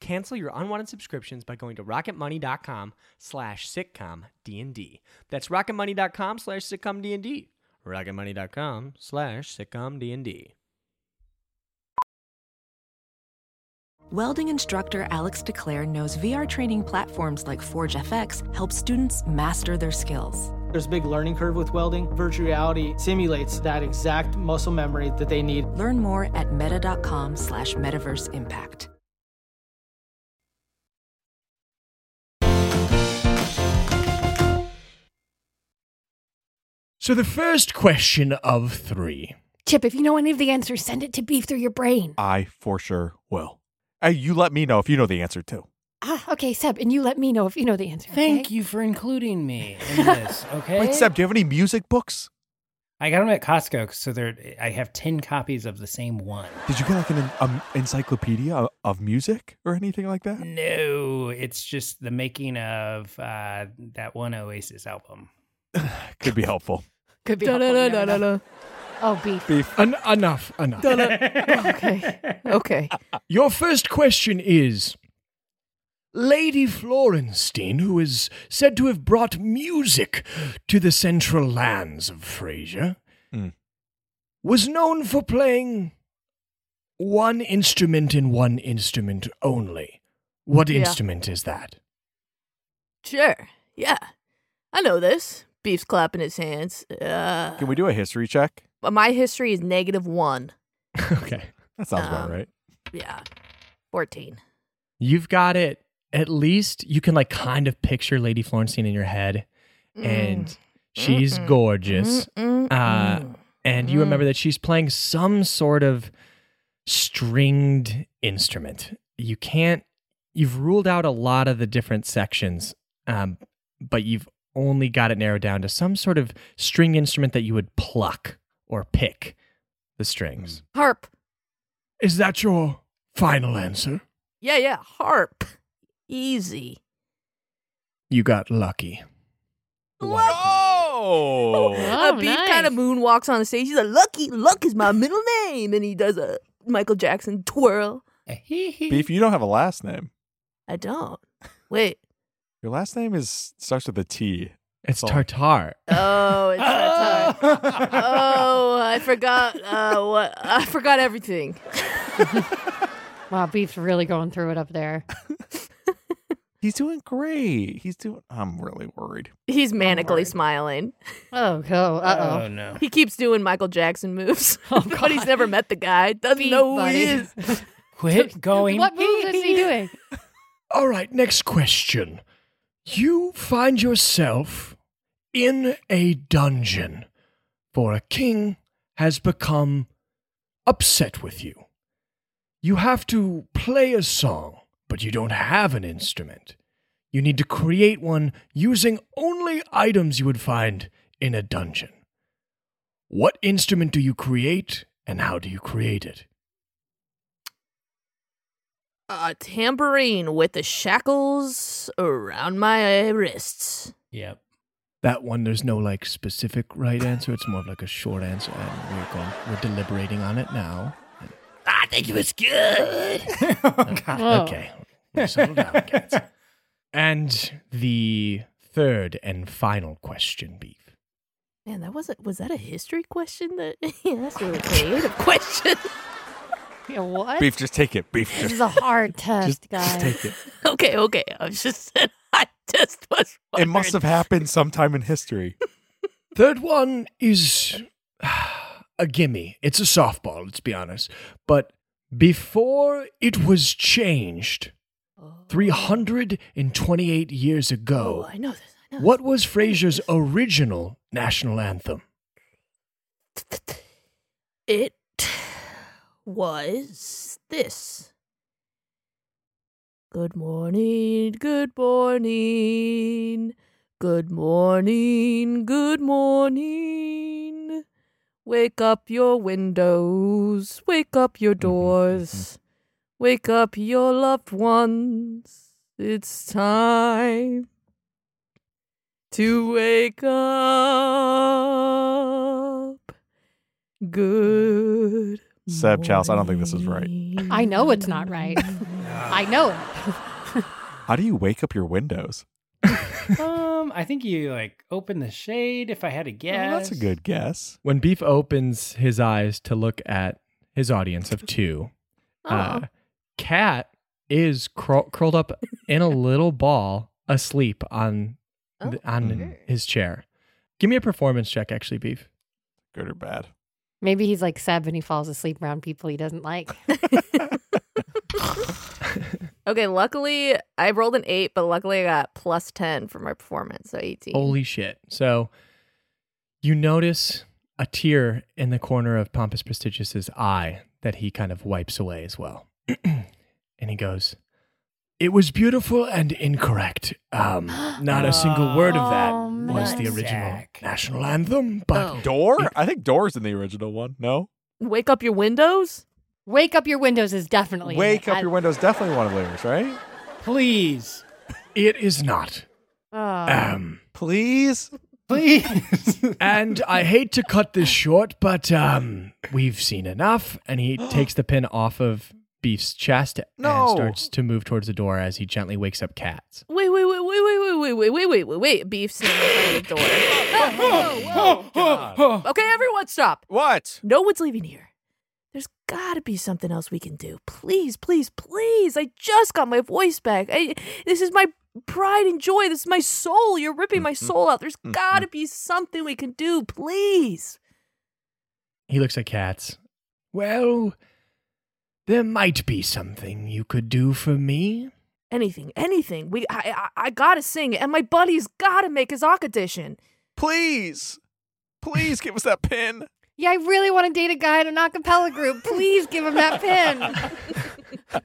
Speaker 12: Cancel your unwanted subscriptions by going to rocketmoney.com slash sitcom D&D. That's rocketmoney.com slash sitcom D&D. rocketmoney.com slash sitcom D&D.
Speaker 13: Welding instructor Alex DeClaire knows VR training platforms like ForgeFX help students master their skills.
Speaker 14: There's a big learning curve with welding. Virtual reality simulates that exact muscle memory that they need.
Speaker 13: Learn more at meta.com slash metaverse impact.
Speaker 4: So the first question of three.
Speaker 15: Chip, if you know any of the answers, send it to Beef through your brain.
Speaker 3: I for sure will. Hey, you let me know if you know the answer too.
Speaker 15: Ah, okay, Seb, and you let me know if you know the answer.
Speaker 7: Thank you for including me in this, okay?
Speaker 3: Wait, Seb, do you have any music books?
Speaker 7: I got them at Costco, so they're, I have 10 copies of the same one.
Speaker 3: Did you get like an um, encyclopedia of music or anything like that?
Speaker 7: No, it's just the making of uh, that one Oasis album.
Speaker 3: Could be helpful.
Speaker 5: Could be.
Speaker 4: Da-
Speaker 5: helpful,
Speaker 4: da-
Speaker 5: you never
Speaker 4: da-
Speaker 5: know.
Speaker 4: da-
Speaker 5: Oh, beef.
Speaker 4: Beef. En- enough, enough.
Speaker 2: okay. Okay.
Speaker 4: Your first question is Lady Florenstein, who is said to have brought music to the central lands of Frisia,
Speaker 3: Mm.
Speaker 4: was known for playing one instrument and one instrument only. What
Speaker 2: Yeah.
Speaker 4: instrument is that?
Speaker 2: Sure. Yeah. I know this. Beef's clapping his hands. Uh,
Speaker 3: Can we do a history check?
Speaker 2: but my history is negative one.
Speaker 4: okay.
Speaker 3: That sounds about
Speaker 2: Um,
Speaker 3: right.
Speaker 2: Yeah. 14.
Speaker 16: You've got it. At least you can like kind of picture Lady Florenstein in your head, and she's Mm-mm.
Speaker 2: Mm-hmm.
Speaker 16: gorgeous.
Speaker 2: Mm-mm.
Speaker 16: Uh, and you remember
Speaker 2: Mm.
Speaker 16: that she's playing some sort of stringed instrument. You can't. You've ruled out a lot of the different sections, um, but you've only got it narrowed down to some sort of string instrument that you would pluck or pick the strings.
Speaker 2: Harp.
Speaker 4: Mm. Is that your final answer?
Speaker 2: Yeah, yeah. Harp. Easy.
Speaker 4: You got lucky.
Speaker 3: Oh,
Speaker 2: uh, Beef kind of moonwalks on the stage. He's like, Lucky, Luck is my middle name. And he does a Michael Jackson twirl.
Speaker 3: beef. You don't have a last name.
Speaker 2: I don't. Wait.
Speaker 3: Your last name is starts with a T.
Speaker 16: It's
Speaker 3: So-
Speaker 16: tartar.
Speaker 2: Oh, it's that time. Oh, I forgot. Uh, what? I forgot everything.
Speaker 5: Wow, beef's really going through it up there.
Speaker 3: He's doing great. He's doing. I'm really worried.
Speaker 2: He's manically smiling.
Speaker 5: Oh, go. Uh oh.
Speaker 7: no.
Speaker 2: He keeps doing Michael Jackson moves, but he's never met the guy. Doesn't know who
Speaker 5: buddy.
Speaker 2: he is.
Speaker 7: Quit going.
Speaker 5: What move is he doing?
Speaker 4: All right, next question. You find yourself in a dungeon, for a king has become upset with you. You have to play a song, but you don't have an instrument. You need to create one using only items you would find in a dungeon. What instrument do you create, and how do you create it?
Speaker 2: A tambourine with the shackles around my wrists.
Speaker 7: Yep.
Speaker 4: That one, there's no like specific right answer. It's more of like a short answer, and we're going, we're deliberating on it now. I think it was good.
Speaker 5: Whoa.
Speaker 4: Okay, we'll settle down, kids. And the third and final question, beef.
Speaker 2: Man, that wasn't. Was that a history question? That yeah, that's a creative question.
Speaker 5: Yeah, what?
Speaker 3: Beef, just take it. Beef,
Speaker 5: This
Speaker 3: just,
Speaker 5: is a hard test,
Speaker 3: just,
Speaker 5: guys.
Speaker 3: just take it.
Speaker 2: okay, okay. I was just. I just was.
Speaker 3: It
Speaker 2: wondering.
Speaker 3: must have happened sometime in history.
Speaker 4: Third one is a gimme. It's a softball. Let's be honest. But before it was changed, three hundred and twenty-eight years ago.
Speaker 2: Oh, I know this. I know.
Speaker 4: What was Frasier's original national anthem?
Speaker 2: It was this. Good morning, good morning, good morning, good morning. Wake up your windows, wake up your doors, wake up your loved ones. It's time to wake up. Good
Speaker 3: Seb Chalice, I don't think this is right.
Speaker 5: I know it's not right. I know it.
Speaker 3: How do you wake up your windows?
Speaker 7: um, I think you like open the shade. If I had to guess,
Speaker 3: that's a good guess.
Speaker 4: When Beef opens his eyes to look at his audience of two, uh, Cat is craw- curled up in a little ball, asleep on
Speaker 2: Oh,
Speaker 4: th- on his chair. Give me a performance check, actually, Beef.
Speaker 3: Good or bad?
Speaker 5: Maybe he's like Seb and he falls asleep around people he doesn't like.
Speaker 2: Okay, luckily I rolled an eight, but luckily I got plus ten for my performance, so eighteen.
Speaker 4: Holy shit! So you notice a tear in the corner of Pompous Prestigious's eye that he kind of wipes away as well, and he goes, "It was beautiful and incorrect. Um, not a single word of that was the original national anthem, but
Speaker 3: Door? I think Door's in the original one. No?
Speaker 2: Wake up your windows.
Speaker 5: Wake up your windows is definitely in it.
Speaker 3: Wake Up
Speaker 5: Oh, I-
Speaker 3: Your Windows definitely one of the lyrics, right?
Speaker 7: Please.
Speaker 4: It is not.
Speaker 5: Oh.
Speaker 4: Um,
Speaker 3: please,
Speaker 4: please. and I hate to cut this short, but um, we've seen enough. And he takes the pin off of Beef's chest
Speaker 2: No.
Speaker 4: and starts to move towards the door as he gently wakes up Cats.
Speaker 2: Wait, wait, wait, wait, wait, wait, wait, wait, wait, wait, wait, wait. Beef standing in front of the door. okay, everyone, stop.
Speaker 3: What?
Speaker 2: No one's leaving here. There's gotta be something else we can do. Please, please, please. I just got my voice back. I, this is my pride and joy. This is my soul. You're ripping my soul out. There's gotta be something we can do. Please.
Speaker 4: He looks at Cats. Well, there might be something you could do for me.
Speaker 2: Anything, anything. We, I, I, I gotta sing, and my buddy's gotta make his audition.
Speaker 3: Please, please give us that pin.
Speaker 5: Yeah, I really want to date a guy in an a cappella group. Please give him that pin.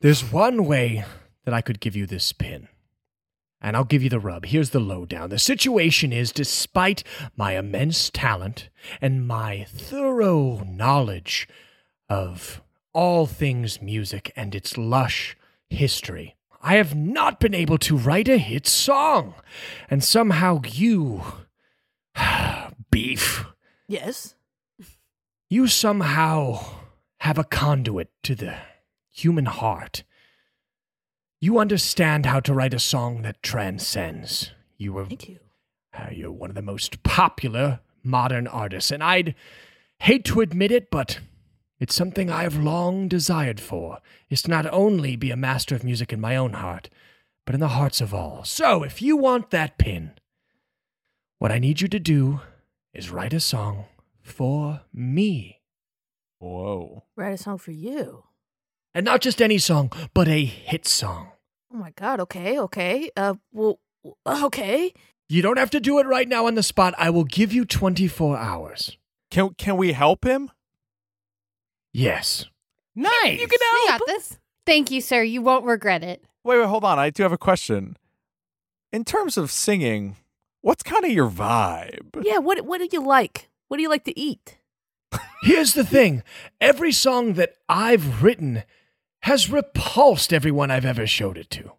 Speaker 4: There's one way that I could give you this pin. And I'll give you the rub. Here's the lowdown. The situation is despite my immense talent and my thorough knowledge of all things music and its lush history, I have not been able to write a hit song. And somehow you, beef,
Speaker 2: Yes.
Speaker 4: you somehow have a conduit to the human heart. You understand how to write a song that transcends. You were
Speaker 2: Thank you.
Speaker 4: uh, you're one of the most popular modern artists, and I'd hate to admit it, but it's something I've long desired for, is to not only be a master of music in my own heart, but in the hearts of all. So if you want that pin, what I need you to do is write a song for me.
Speaker 3: Whoa.
Speaker 2: Write a song for you.
Speaker 4: And not just any song, but a hit song.
Speaker 2: Oh my god. Okay. Okay. Uh. Well. uh, Okay.
Speaker 4: You don't have to do it right now on the spot. I will give you 24 hours.
Speaker 3: Can can we help him?
Speaker 4: Yes.
Speaker 7: Nice.
Speaker 5: You can
Speaker 2: uh,
Speaker 5: help. got this. Thank you, sir. You won't regret it.
Speaker 3: Wait, wait, hold on. I do have a question. In terms of singing, what's kind of your vibe?
Speaker 2: Yeah. What What do you like? What do you like to eat?
Speaker 4: Here's the thing every song that I've written has repulsed everyone I've ever showed it to.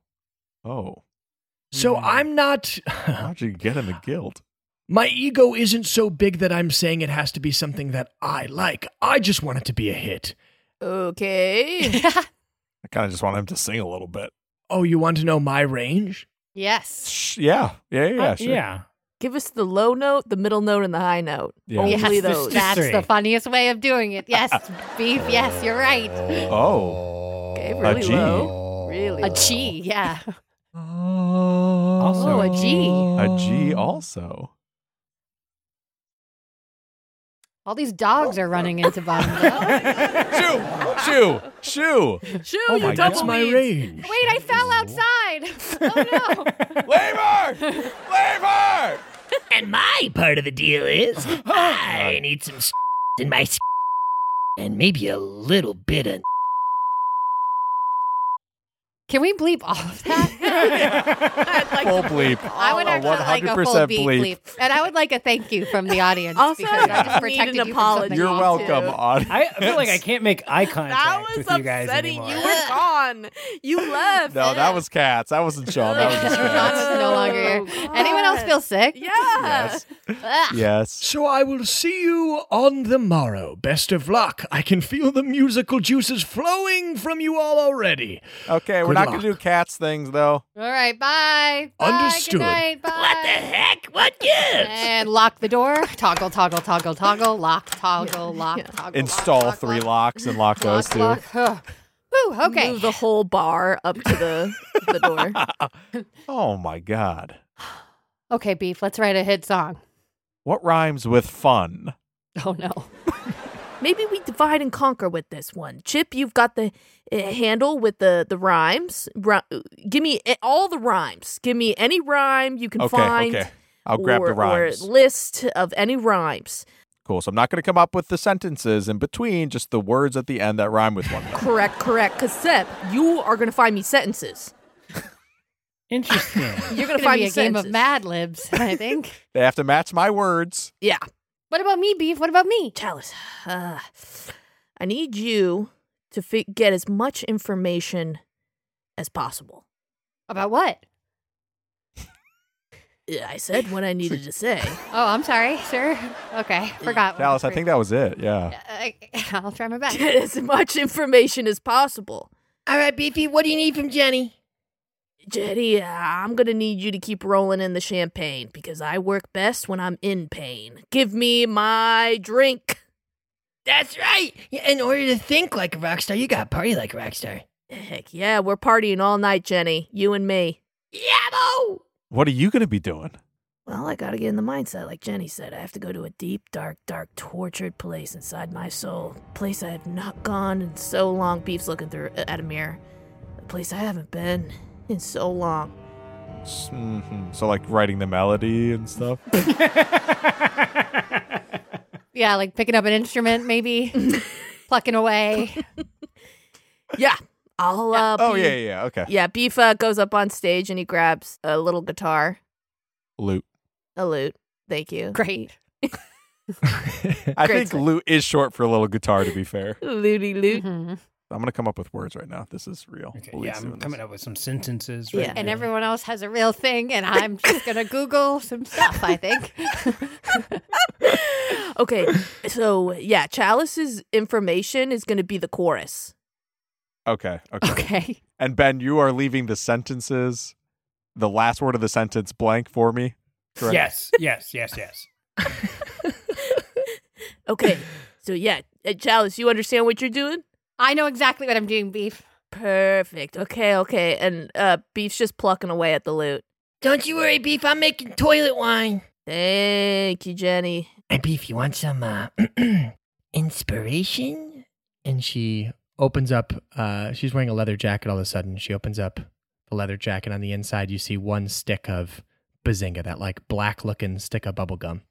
Speaker 3: Oh,
Speaker 4: So I'm not.
Speaker 3: how'd you get in the guild?
Speaker 4: My ego isn't so big that I'm saying it has to be something that I like. I just want it to be a hit.
Speaker 2: Okay.
Speaker 3: I kind of just want him to sing a little bit.
Speaker 4: Oh, you want to know my range?
Speaker 5: yes.
Speaker 3: Sh- Yeah, yeah, yeah,
Speaker 7: Uh,
Speaker 3: sure.
Speaker 2: Give us the low note, the middle note, and the high note.
Speaker 3: Yeah.
Speaker 2: Only
Speaker 5: Yes,
Speaker 2: those.
Speaker 5: that's the funniest way of doing it. Yes, beef. Yes, you're right.
Speaker 3: Oh,
Speaker 2: Okay,
Speaker 3: A
Speaker 2: really
Speaker 3: G.
Speaker 2: low. Really.
Speaker 5: A
Speaker 2: low. Oh
Speaker 5: G, yeah.
Speaker 7: Also,
Speaker 5: Oh, a G.
Speaker 3: a G also.
Speaker 5: All these dogs are running into bottoms up.
Speaker 3: Shoo, shoo, shoo!
Speaker 2: Shoo,
Speaker 3: Oh
Speaker 2: you
Speaker 3: my God.
Speaker 2: double
Speaker 4: That's my
Speaker 2: means.
Speaker 4: range.
Speaker 5: Wait, I fell outside. Oh no.
Speaker 3: Labor, labor.
Speaker 17: And my part of the deal is I need some in my and maybe a little bit of
Speaker 5: Can we bleep all of that?
Speaker 3: Full bleep.
Speaker 5: I would actually like a full
Speaker 3: 100%
Speaker 5: beep
Speaker 3: bleep.
Speaker 5: bleep. And I would like a thank you from the audience
Speaker 2: Also,
Speaker 5: because I just
Speaker 2: need an
Speaker 5: protected you from
Speaker 2: apology.
Speaker 5: something
Speaker 3: You're
Speaker 5: awful.
Speaker 3: welcome, audience.
Speaker 7: I feel like I can't make eye contact with you guys
Speaker 2: Setting,
Speaker 7: anymore.
Speaker 2: you were gone. You left.
Speaker 3: No, that was cats. That wasn't Sean. That was just
Speaker 5: John
Speaker 3: cats.
Speaker 5: was no longer here. Anyone else feel sick?
Speaker 2: Yeah.
Speaker 3: Yes. Yes.
Speaker 10: So I will see you on the morrow. Best of luck. I can feel the musical juices flowing from you all already.
Speaker 3: Okay, we're
Speaker 10: Good
Speaker 3: not
Speaker 10: luck.
Speaker 3: going to do cats things, though.
Speaker 5: All right, bye. bye.
Speaker 10: Understood.
Speaker 5: Good night, bye. What the heck?
Speaker 17: What gives?
Speaker 5: And lock the door. Toggle, toggle, toggle, toggle. Lock, toggle, lock, toggle.
Speaker 3: Install three locks and lock those two.
Speaker 5: Lock. Ugh. Whew, okay.
Speaker 2: Move the whole bar up to the the door.
Speaker 3: Oh, my God.
Speaker 5: Okay, Beef, let's write a hit song.
Speaker 3: What rhymes with fun?
Speaker 5: Oh, no.
Speaker 2: Maybe we divide and conquer with this one. Chip, you've got the uh, handle with the the rhymes. Ru- give me a- all the rhymes. Give me any rhyme you can
Speaker 3: Okay,
Speaker 2: find.
Speaker 3: okay. I'll grab the
Speaker 2: or-
Speaker 3: rhymes.
Speaker 2: Or list of any rhymes.
Speaker 3: Cool. So I'm not going to come up with the sentences in between, just the words at the end that rhyme with one another.
Speaker 2: Correct, correct. Because Seb, you are going to find me sentences.
Speaker 7: Interesting.
Speaker 5: You're
Speaker 2: gonna
Speaker 5: going to
Speaker 2: find
Speaker 5: be
Speaker 2: me
Speaker 5: a game of
Speaker 2: sentences.
Speaker 5: Mad Libs, I think.
Speaker 3: They have to match my words.
Speaker 2: Yeah.
Speaker 5: What about me, Beef? What about me?
Speaker 2: Chalice, uh, I need you to fi- get as much information as possible.
Speaker 5: About what?
Speaker 2: Yeah, I said what I needed to say.
Speaker 5: Oh, I'm sorry, sir. Okay, forgot.
Speaker 3: Dallas, I think that was it. Yeah.
Speaker 5: I, I'll try my best.
Speaker 2: Get as much information as possible.
Speaker 17: All right, Beefy, what do you need from Jenny?
Speaker 2: Jenny, uh, I'm going to need you to keep rolling in the champagne because I work best when I'm in pain. Give me my drink.
Speaker 17: That's right. Yeah, In order to think like a rock star, you gotta party like a rock star.
Speaker 2: Heck yeah, we're partying all night, Jenny. You and me.
Speaker 17: Yabbo!
Speaker 3: What are you going to be doing?
Speaker 2: Well, I gotta get in the mindset, like Jenny said. I have to go to a deep, dark, dark, tortured place inside my soul. A place I have not gone in so long. Beef's looking through uh, at a mirror. A place I haven't been in so long.
Speaker 3: hmm So, like writing the melody and stuff?
Speaker 5: Yeah, like picking up an instrument, maybe plucking away.
Speaker 2: Yeah, I'll. Uh,
Speaker 3: oh,
Speaker 2: be-
Speaker 3: yeah, yeah, okay.
Speaker 2: Yeah, Beef uh, goes up on stage and he grabs a little guitar,
Speaker 3: Loot.
Speaker 2: a lute. Thank you.
Speaker 5: Great.
Speaker 3: I
Speaker 2: Great
Speaker 3: think
Speaker 2: song.
Speaker 3: loot is short for little guitar, to be fair.
Speaker 2: Looty loot.
Speaker 5: Mhm.
Speaker 3: I'm going to come up with words right now. This is real.
Speaker 7: Okay, yeah, I'm coming up with some sentences. Right
Speaker 2: Yeah.
Speaker 5: And
Speaker 7: now.
Speaker 5: everyone else has a real thing, and I'm just gonna Google some stuff. I think.
Speaker 3: mm-hmm.
Speaker 2: Okay, so yeah, Chalice's information is gonna be the chorus.
Speaker 3: Okay, okay.
Speaker 5: okay.
Speaker 3: And Ben, you are leaving the sentences, the last word of the sentence blank for me. Correct?
Speaker 7: Yes, yes, yes, yes.
Speaker 2: Okay, so yeah, uh, Chalice, you understand what you're doing?
Speaker 5: I know exactly what I'm doing, Beef.
Speaker 2: Perfect. Okay, okay. And uh Beef's just plucking away at the loot.
Speaker 17: Don't you worry, Beef, I'm making toilet wine.
Speaker 2: Thank you, Jenny.
Speaker 17: And Beef, you want some uh, inspiration?
Speaker 18: and she opens up uh she's wearing a leather jacket all of a sudden she opens up the leather jacket on the inside you see one stick of bazinga that like black looking stick of bubblegum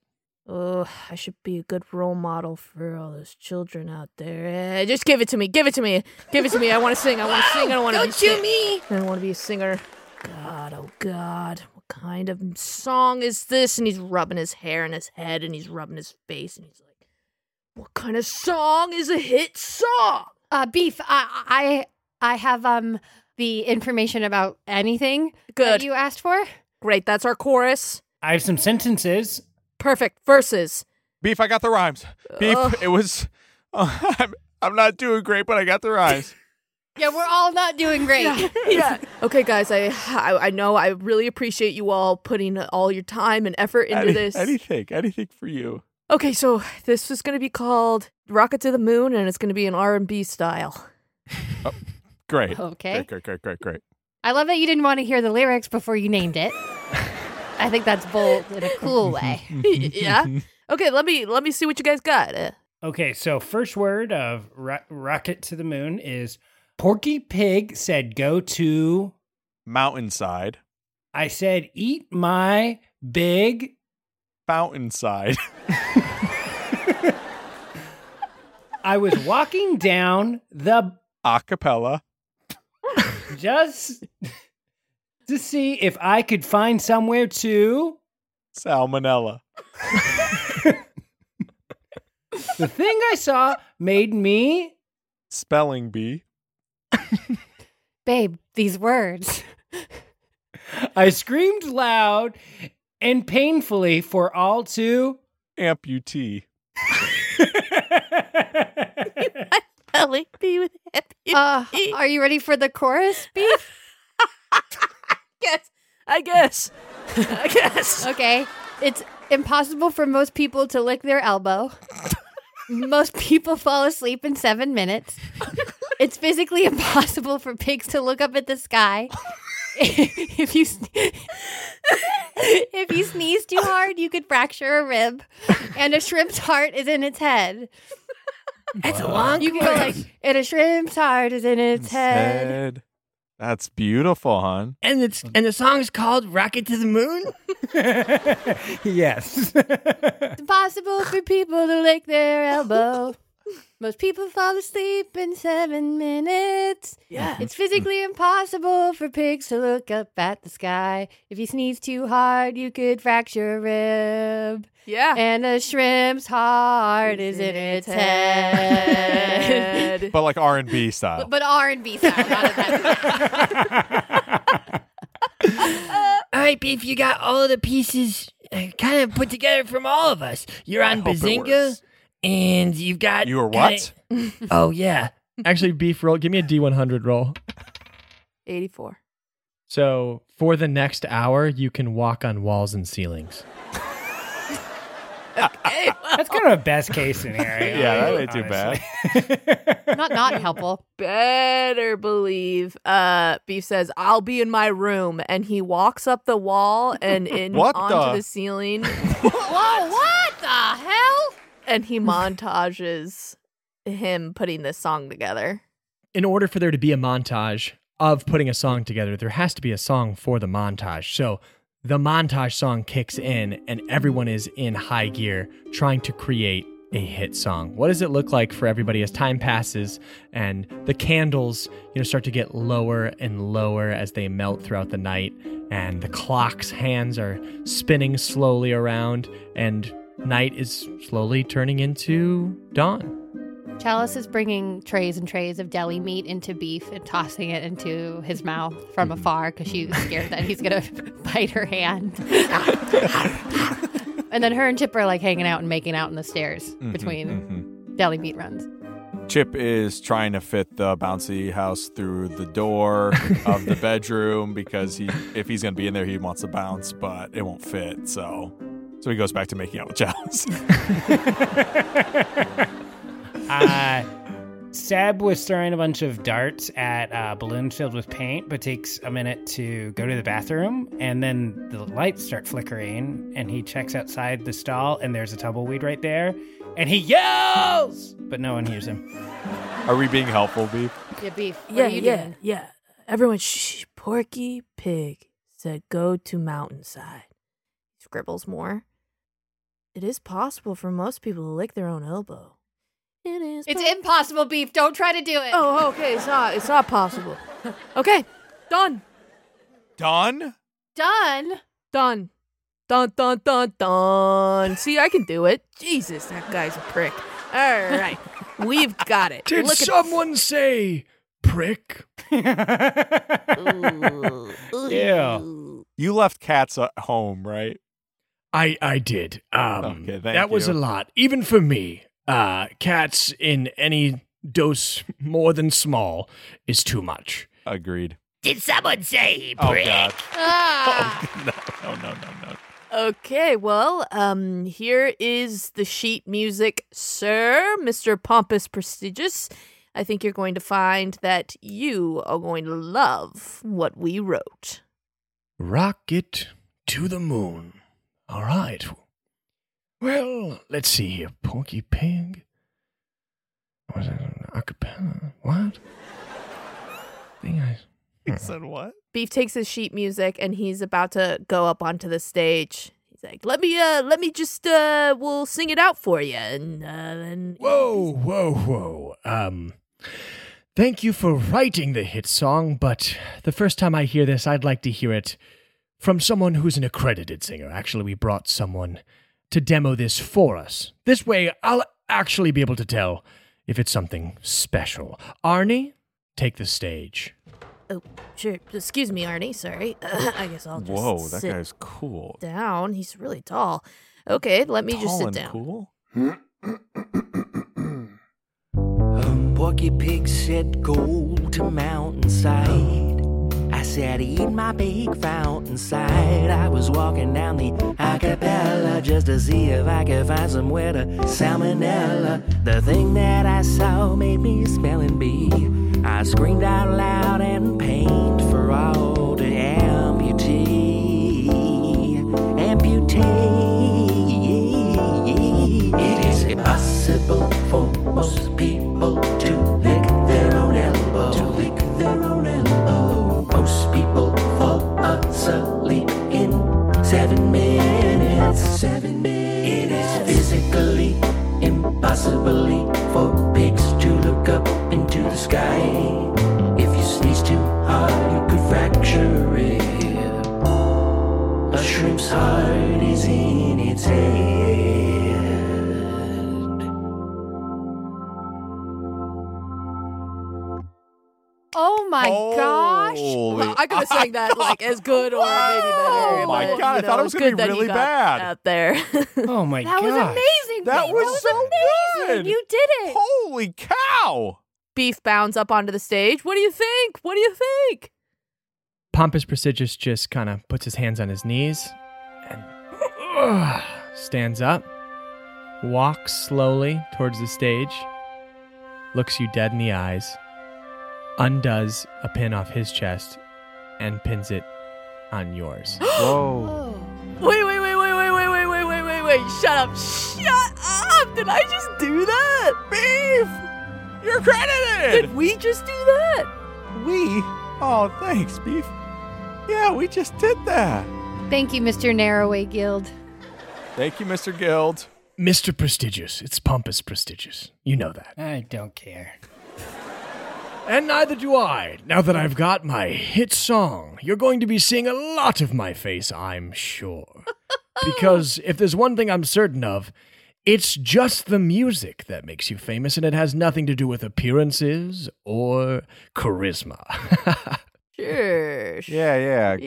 Speaker 2: Oh, I should be a good role model for all those children out there. Eh, just give it to me. Give it to me. Give it to me. I want to sing. I want to sing. I don't want to be
Speaker 17: Don't you
Speaker 2: sing-
Speaker 17: me!
Speaker 2: I don't want to be a singer. God, oh God. What kind of song is this? And he's rubbing his hair and his head and he's rubbing his face and he's like, What kind of song is a hit song?
Speaker 5: Uh, beef. I, I I have um the information about anything
Speaker 2: Good.
Speaker 5: that you asked for.
Speaker 2: Great. That's our chorus.
Speaker 7: I have some sentences.
Speaker 2: Perfect. Verses.
Speaker 3: Beef, I got the rhymes. Beef,
Speaker 2: Ugh.
Speaker 3: it was. I'm, I'm not doing great, but I got the rhymes.
Speaker 5: Yeah, we're all not doing great.
Speaker 2: yeah. Okay, guys. I, I I know. I really appreciate you all putting all your time and effort into
Speaker 3: Any-
Speaker 2: this.
Speaker 3: Anything, anything for you.
Speaker 2: okay, so this is going to be called "Rocket to the Moon," and it's going to be an R and B style.
Speaker 3: Great.
Speaker 5: Okay.
Speaker 3: Great, great, great, great, great.
Speaker 5: I love that you didn't want to hear the lyrics before you named it. I think that's bold in a cool way.
Speaker 2: yeah. Okay. Let me let me see what you guys got. Uh,
Speaker 7: Okay, so first word of ro- rocket to the moon is Porky Pig said go to.
Speaker 3: Mountainside.
Speaker 7: I said eat my big.
Speaker 3: Fountainside.
Speaker 7: I was walking down the
Speaker 3: Acapella.
Speaker 7: just to see if I could find somewhere to
Speaker 3: salmonella.
Speaker 7: the thing I saw made me
Speaker 3: spelling bee.
Speaker 5: Babe, these words.
Speaker 7: I screamed loud and painfully for all to
Speaker 3: amputee.
Speaker 5: Spelling bee with uh, Are you ready for the chorus, Beef?
Speaker 2: guess. I guess. I guess.
Speaker 5: Okay. It's impossible for most people to lick their elbow. most people fall asleep in seven minutes. It's physically impossible for pigs to look up at the sky. if you sne- if you sneeze too hard, you could fracture a rib, and a shrimp's heart is in its head.
Speaker 17: That's a long
Speaker 5: You can go like,
Speaker 17: chorus.
Speaker 5: and a shrimp's heart is in its head.
Speaker 3: Ted. That's beautiful, hon.
Speaker 10: And it's and the song's called Rocket to the Moon?
Speaker 7: yes.
Speaker 5: It's impossible for people to lick their elbow. Most people fall asleep in seven minutes.
Speaker 2: Yeah.
Speaker 5: It's physically impossible for pigs to look up at the sky. If you sneeze too hard, you could fracture a rib.
Speaker 2: Yeah.
Speaker 5: And a shrimp's heart is in its head.
Speaker 3: But like R and B style.
Speaker 5: but, but R&B style. not a-
Speaker 10: All right, Beef, you got all of the pieces uh, kind of put together from all of us. You're on
Speaker 18: I hope it
Speaker 10: Bazinga, and you've got.
Speaker 18: You were
Speaker 10: kinda- oh, yeah.
Speaker 4: Actually, beef roll. Give me a D100 roll.
Speaker 2: 84.
Speaker 4: So for the next hour, you can walk on walls and ceilings.
Speaker 7: That's kind of a best case scenario.
Speaker 4: Yeah, that
Speaker 7: honestly.
Speaker 4: ain't too bad.
Speaker 5: not not helpful.
Speaker 2: Better believe. Uh, Beef says, "I'll be in my room," and he walks up the wall and in
Speaker 5: What
Speaker 2: onto
Speaker 5: the-
Speaker 2: the ceiling.
Speaker 5: Whoa, what the hell?
Speaker 2: And he montages him putting this song together.
Speaker 4: In order for there to be a montage of putting a song together, there has to be a song for the montage. So the montage song kicks in, and everyone is in high gear trying to create a hit song. What does it look like for everybody as time passes and the candles, you know, start to get lower and lower as they melt throughout the night, and the clock's hands are spinning slowly around, and night is slowly turning into dawn.
Speaker 5: Chalice is bringing trays and trays of deli meat into beef and tossing it into his mouth from afar because she's scared that he's going to bite her hand. and then her and Chip are like hanging out and making out in the stairs
Speaker 3: Mhm,
Speaker 5: between deli meat runs.
Speaker 3: Chip is trying to fit the bouncy house through the door of the bedroom because he, if he's gonna be in there, he wants to bounce, but it won't fit. So, so he goes back to making out with Chalice.
Speaker 7: uh, Seb was throwing a bunch of darts at uh, balloons filled with paint, but takes a minute to go to the bathroom, and then the lights start flickering, and he checks outside the stall, and there's a tumbleweed right there, and he yells, but no one hears him.
Speaker 3: Are we being helpful, Beef?
Speaker 5: Yeah, beef. What
Speaker 2: yeah,
Speaker 5: are you
Speaker 2: yeah,
Speaker 5: doing?
Speaker 2: yeah. Everyone, shh. Porky Pig said, "Go to mountainside." Scribbles more. It is possible for most people to lick their own elbow. It is.
Speaker 5: It's impossible, beef. Don't try to do it.
Speaker 2: Oh, okay. It's not. It's not possible. Okay, done.
Speaker 3: Done.
Speaker 5: Done.
Speaker 2: Done. Dun dun dun dun. See, I can do it. Jesus, that guy's a prick. All right, we've got it.
Speaker 10: Did
Speaker 2: Look at-
Speaker 10: someone say prick?
Speaker 3: Yeah. You left cats at home, right?
Speaker 18: I I did. Um,
Speaker 3: Okay, thank
Speaker 18: that was a
Speaker 3: you.
Speaker 18: lot, even for me. Uh, cats in any dose more than small is too much.
Speaker 3: Agreed.
Speaker 17: Did someone say
Speaker 18: Oh,
Speaker 17: brick?
Speaker 18: God.
Speaker 3: No, no, no, no.
Speaker 2: Okay, well, um, here is the sheet music, sir, Mr. Pompous Prestigious. I think you're going to find that you are going to love what we wrote.
Speaker 18: Rocket to the moon. All right. Well, let's see here. Porky Pig. Was that an acapella? What? Thing I.
Speaker 3: He said what?
Speaker 2: Beef takes his sheet music and he's about to go up onto the stage. He's like, "Let me, uh, let me just, uh, we'll sing it out for you." And uh, then
Speaker 18: Whoa, whoa, whoa. Um,
Speaker 4: Thank you for writing the hit song, but the first time I hear this, I'd like to hear it from someone who's an accredited singer. Actually, we brought someone to demo this for us. This way, I'll actually be able to tell if it's something special. Arnie, take the stage.
Speaker 2: Oh, sure. Excuse me, Arnie. Sorry. I guess I'll just
Speaker 3: Whoa, that
Speaker 2: sit
Speaker 3: guy's cool.
Speaker 2: down. He's really tall. Okay, let me just
Speaker 3: Tall
Speaker 2: sit
Speaker 3: and
Speaker 2: down.
Speaker 3: Cool.
Speaker 7: Porky Pig said, Go to mountainside. I said, Eat my big fountain side. I was walking down the acapella just to see if I could find somewhere to salmonella. The thing that I saw made me smelling bee. I screamed out loud and pained for all to amputee. Amputee. It is impossible for most people to lick their own elbow. To lick their own elbow. Most people fall asleep in seven minutes. Seven minutes. It is physically impossibly for pigs to look up into the sky. If you sneeze too hard, you could fracture it. A shrimp's heart is in its head.
Speaker 5: Oh my gosh.
Speaker 3: Holy-
Speaker 2: I could have sang that like as good or maybe better.
Speaker 3: Oh my
Speaker 2: but,
Speaker 3: God, I
Speaker 2: you
Speaker 3: thought it
Speaker 2: know,
Speaker 3: was
Speaker 2: it's
Speaker 3: gonna
Speaker 2: good
Speaker 3: be
Speaker 2: that he
Speaker 3: really
Speaker 2: got
Speaker 3: bad.
Speaker 2: Out there.
Speaker 19: oh my
Speaker 2: That was
Speaker 3: God.
Speaker 2: amazing.
Speaker 3: That was, so good.
Speaker 2: You did it.
Speaker 3: Holy cow.
Speaker 2: Beef bounds up onto the stage. What do you think? What do you think?
Speaker 20: Pompous Prestigious just kind of puts his hands on his knees and stands up, walks slowly towards the stage, looks you dead in the eyes, undoes a pin off his chest, and pins it on yours. Whoa.
Speaker 2: Wait, wait, wait, wait, wait, wait, wait, wait, wait, wait, wait. Shut up. Shut up. Did I just do that? Beef!
Speaker 3: You're credited!
Speaker 2: Did we just do that?
Speaker 3: We? Oh, thanks, Beef. Yeah, we just did that.
Speaker 5: Thank you, Mr. Narrowway Guild.
Speaker 3: Thank you, Mr. Guild.
Speaker 4: Mr. Prestigious, it's Pompous Prestigious. You know that.
Speaker 19: I don't care.
Speaker 4: And neither do I. Now that I've got my hit song, you're going to be seeing a lot of my face, I'm sure. because if there's one thing I'm certain of, it's just the music that makes you famous, and it has nothing to do with appearances or charisma.
Speaker 2: Sure.
Speaker 3: Yeah, yeah.
Speaker 21: g- Yeah.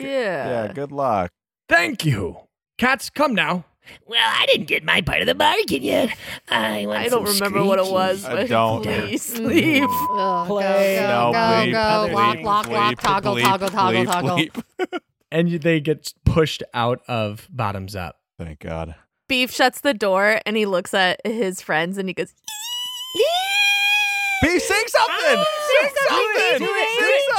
Speaker 21: yeah,
Speaker 3: good luck.
Speaker 4: Thank you. Cats, come now.
Speaker 21: Well, I didn't get my part of the bargain yet. I want
Speaker 2: I don't
Speaker 21: some
Speaker 2: remember what it
Speaker 21: screeches.
Speaker 2: was.
Speaker 3: I
Speaker 2: but
Speaker 3: don't. Mm.
Speaker 2: Please leave.
Speaker 5: Play. Go,
Speaker 3: No,
Speaker 5: go,
Speaker 3: bleep,
Speaker 5: go.
Speaker 3: bleep,
Speaker 5: walk, walk, walk.
Speaker 3: bleep,
Speaker 5: Toggle,
Speaker 3: bleep,
Speaker 5: toggle, toggle,
Speaker 3: bleep,
Speaker 5: toggle.
Speaker 3: bleep.
Speaker 20: and you- they get pushed out of bottoms up.
Speaker 3: Thank God.
Speaker 2: Beef shuts the door and he looks at his friends and he goes,
Speaker 3: Beef, sing something! Sing something!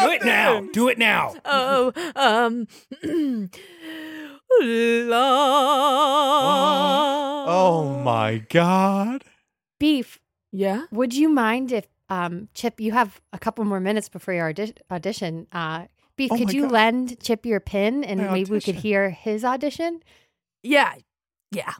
Speaker 19: Do it now. Do it now.
Speaker 2: Oh, um, la.
Speaker 3: Oh my God.
Speaker 5: Beef.
Speaker 2: Yeah.
Speaker 5: Would you mind if um Chip, you have a couple more minutes before your audi- audition. Uh Beef,
Speaker 2: Oh
Speaker 5: could
Speaker 2: my
Speaker 5: you
Speaker 2: God.
Speaker 5: lend Chip your pin and
Speaker 2: My
Speaker 5: maybe we could
Speaker 2: audition.
Speaker 5: hear his audition?
Speaker 2: Yeah. Yeah.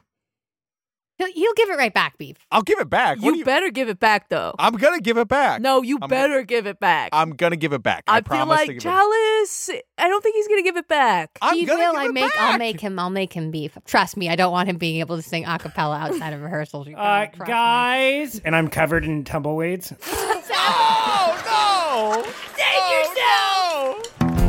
Speaker 5: He'll, he'll give it right back, Beef.
Speaker 3: I'll give it back.
Speaker 2: You, better give it back though.
Speaker 3: I'm going to give it back.
Speaker 2: No, you
Speaker 3: I'm-
Speaker 2: better give it back.
Speaker 3: I'm going to give it back. I,
Speaker 2: I feel
Speaker 3: promise to
Speaker 2: like
Speaker 3: give it back.
Speaker 2: jealous. I don't think he's gonna give it back.
Speaker 5: he will. I make. I'll make him. I'll make him beef. Trust me. I don't want him being able to sing a cappella outside of rehearsals. You
Speaker 19: Uh,
Speaker 5: gotta trust
Speaker 19: guys, and I'm covered in tumbleweeds.
Speaker 3: Oh no!
Speaker 21: Save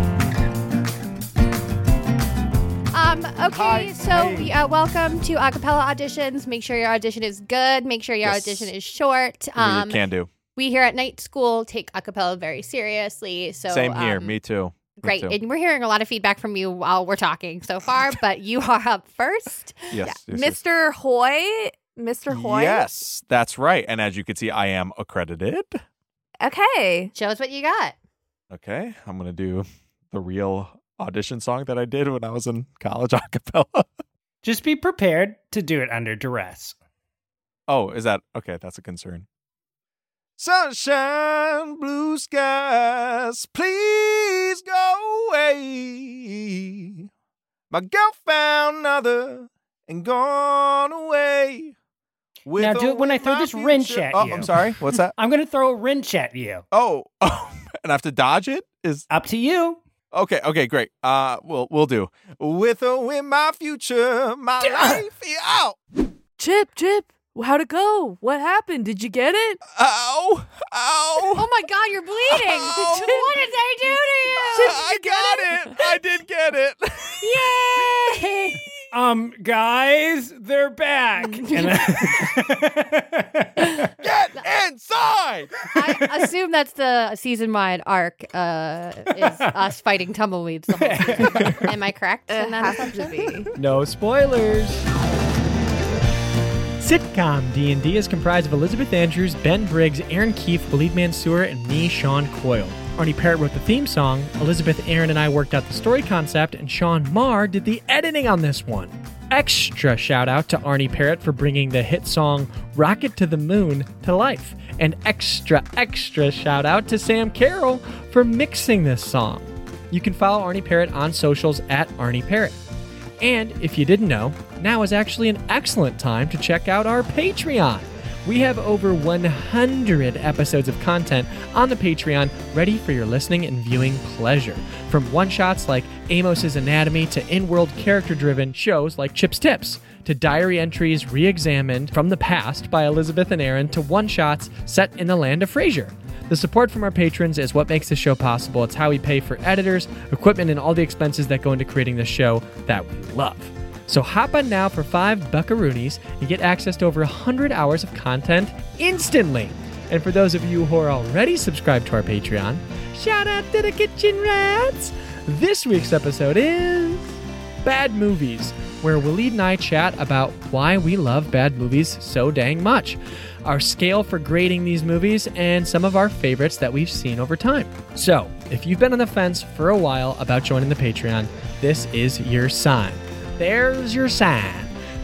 Speaker 21: yourself!
Speaker 5: Um, okay, so uh, welcome to a cappella auditions. Make sure your audition is good. Make sure your
Speaker 3: Yes.
Speaker 5: audition is short.
Speaker 3: Really
Speaker 5: Um,
Speaker 3: can do.
Speaker 5: we here at Night School take a cappella very seriously. So
Speaker 3: Same here.
Speaker 5: um,
Speaker 3: Me too. Me
Speaker 5: Great.
Speaker 3: too.
Speaker 5: And we're hearing a lot of feedback from you while we're talking so far, but you are up first.
Speaker 3: Yes, yes, yes.
Speaker 2: Mr. Hoy. Mr. Hoy.
Speaker 3: Yes, that's right. And as you can see, I am accredited.
Speaker 2: Okay.
Speaker 5: Show us what you got.
Speaker 3: Okay, I'm gonna do the real audition song that I did when I was in college a cappella.
Speaker 19: Just be prepared to do it under duress.
Speaker 3: Oh, is that okay? That's a concern. Sunshine, blue skies, please go away. My girl found another and gone away.
Speaker 7: With now, do it when I throw this wrench at
Speaker 3: Oh,
Speaker 7: you.
Speaker 3: I'm sorry. What's that?
Speaker 7: I'm going to throw a wrench at you.
Speaker 3: Oh, and I have to dodge it. Is
Speaker 7: up to you.
Speaker 3: Okay. Okay. Great. Uh, we'll we'll do. With or win my future, my life is out.
Speaker 2: Chip, Chip, how'd it go? What happened? Did you get it?
Speaker 3: Ow! Ow!
Speaker 5: Oh my God, you're bleeding!
Speaker 3: Oh,
Speaker 5: what did they do to you?
Speaker 3: I got it. I did get
Speaker 7: it. Yay! um, guys, they're back.
Speaker 19: uh,
Speaker 7: And I-
Speaker 3: Get inside.
Speaker 5: I assume that's the season-wide arc. Uh, is us fighting tumbleweeds the whole season. Am I correct in that assumption?
Speaker 4: No spoilers. Sitcom D&D is comprised of Elizabeth Andrews, Ben Briggs, Aaron Keefe, Waleed Mansour, and me, Sean Coyle. Arnie Parrott wrote the theme song, Elizabeth, Aaron, and I worked out the story concept, and Sean Marr did the editing on this one. Extra shout out to Arnie Parrott for bringing the hit song Rocket to the Moon to life. And extra, extra shout out to Sam Carroll for mixing this song. You can follow Arnie Parrott on socials at Arnie Parrott. And if you didn't know, now is actually an excellent time to check out our Patreon. We have over 100 episodes of content on the Patreon ready for your listening and viewing pleasure. From one shots like Amos's Anatomy to in world character driven shows like Chip's Tips, to diary entries re examined from the past by Elizabeth and Aaron, to one shots set in the land of Frasier. The support from our patrons is what makes this show possible. It's how we pay for editors, equipment, and all the expenses that go into creating this show that we love. So hop on now for five buckaroonies and get access to over 100 hours of content instantly. And for those of you who are already subscribed to our Patreon, shout out to the Kitchen Rats! This week's episode is Bad Movies, where Waleed and I chat about why we love bad movies so dang much, our scale for grading these movies, and some of our favorites that we've seen over time. So, if you've been on the fence for a while about joining the Patreon, this is your sign. There's your sign.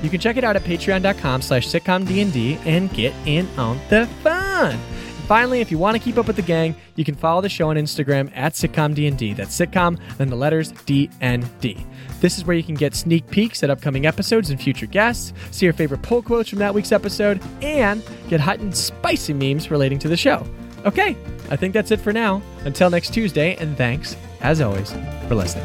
Speaker 4: You can check it out at patreon.com slash sitcomdnd and get in on the fun. And finally, if you want to keep up with the gang, you can follow the show on Instagram at sitcomdnd. That's sitcom, then the letters DND. This is where you can get sneak peeks at upcoming episodes and future guests, see your favorite poll quotes from that week's episode, and get hot and spicy memes relating to the show. Okay, I think that's it for now. Until next Tuesday, and thanks, as always, for listening.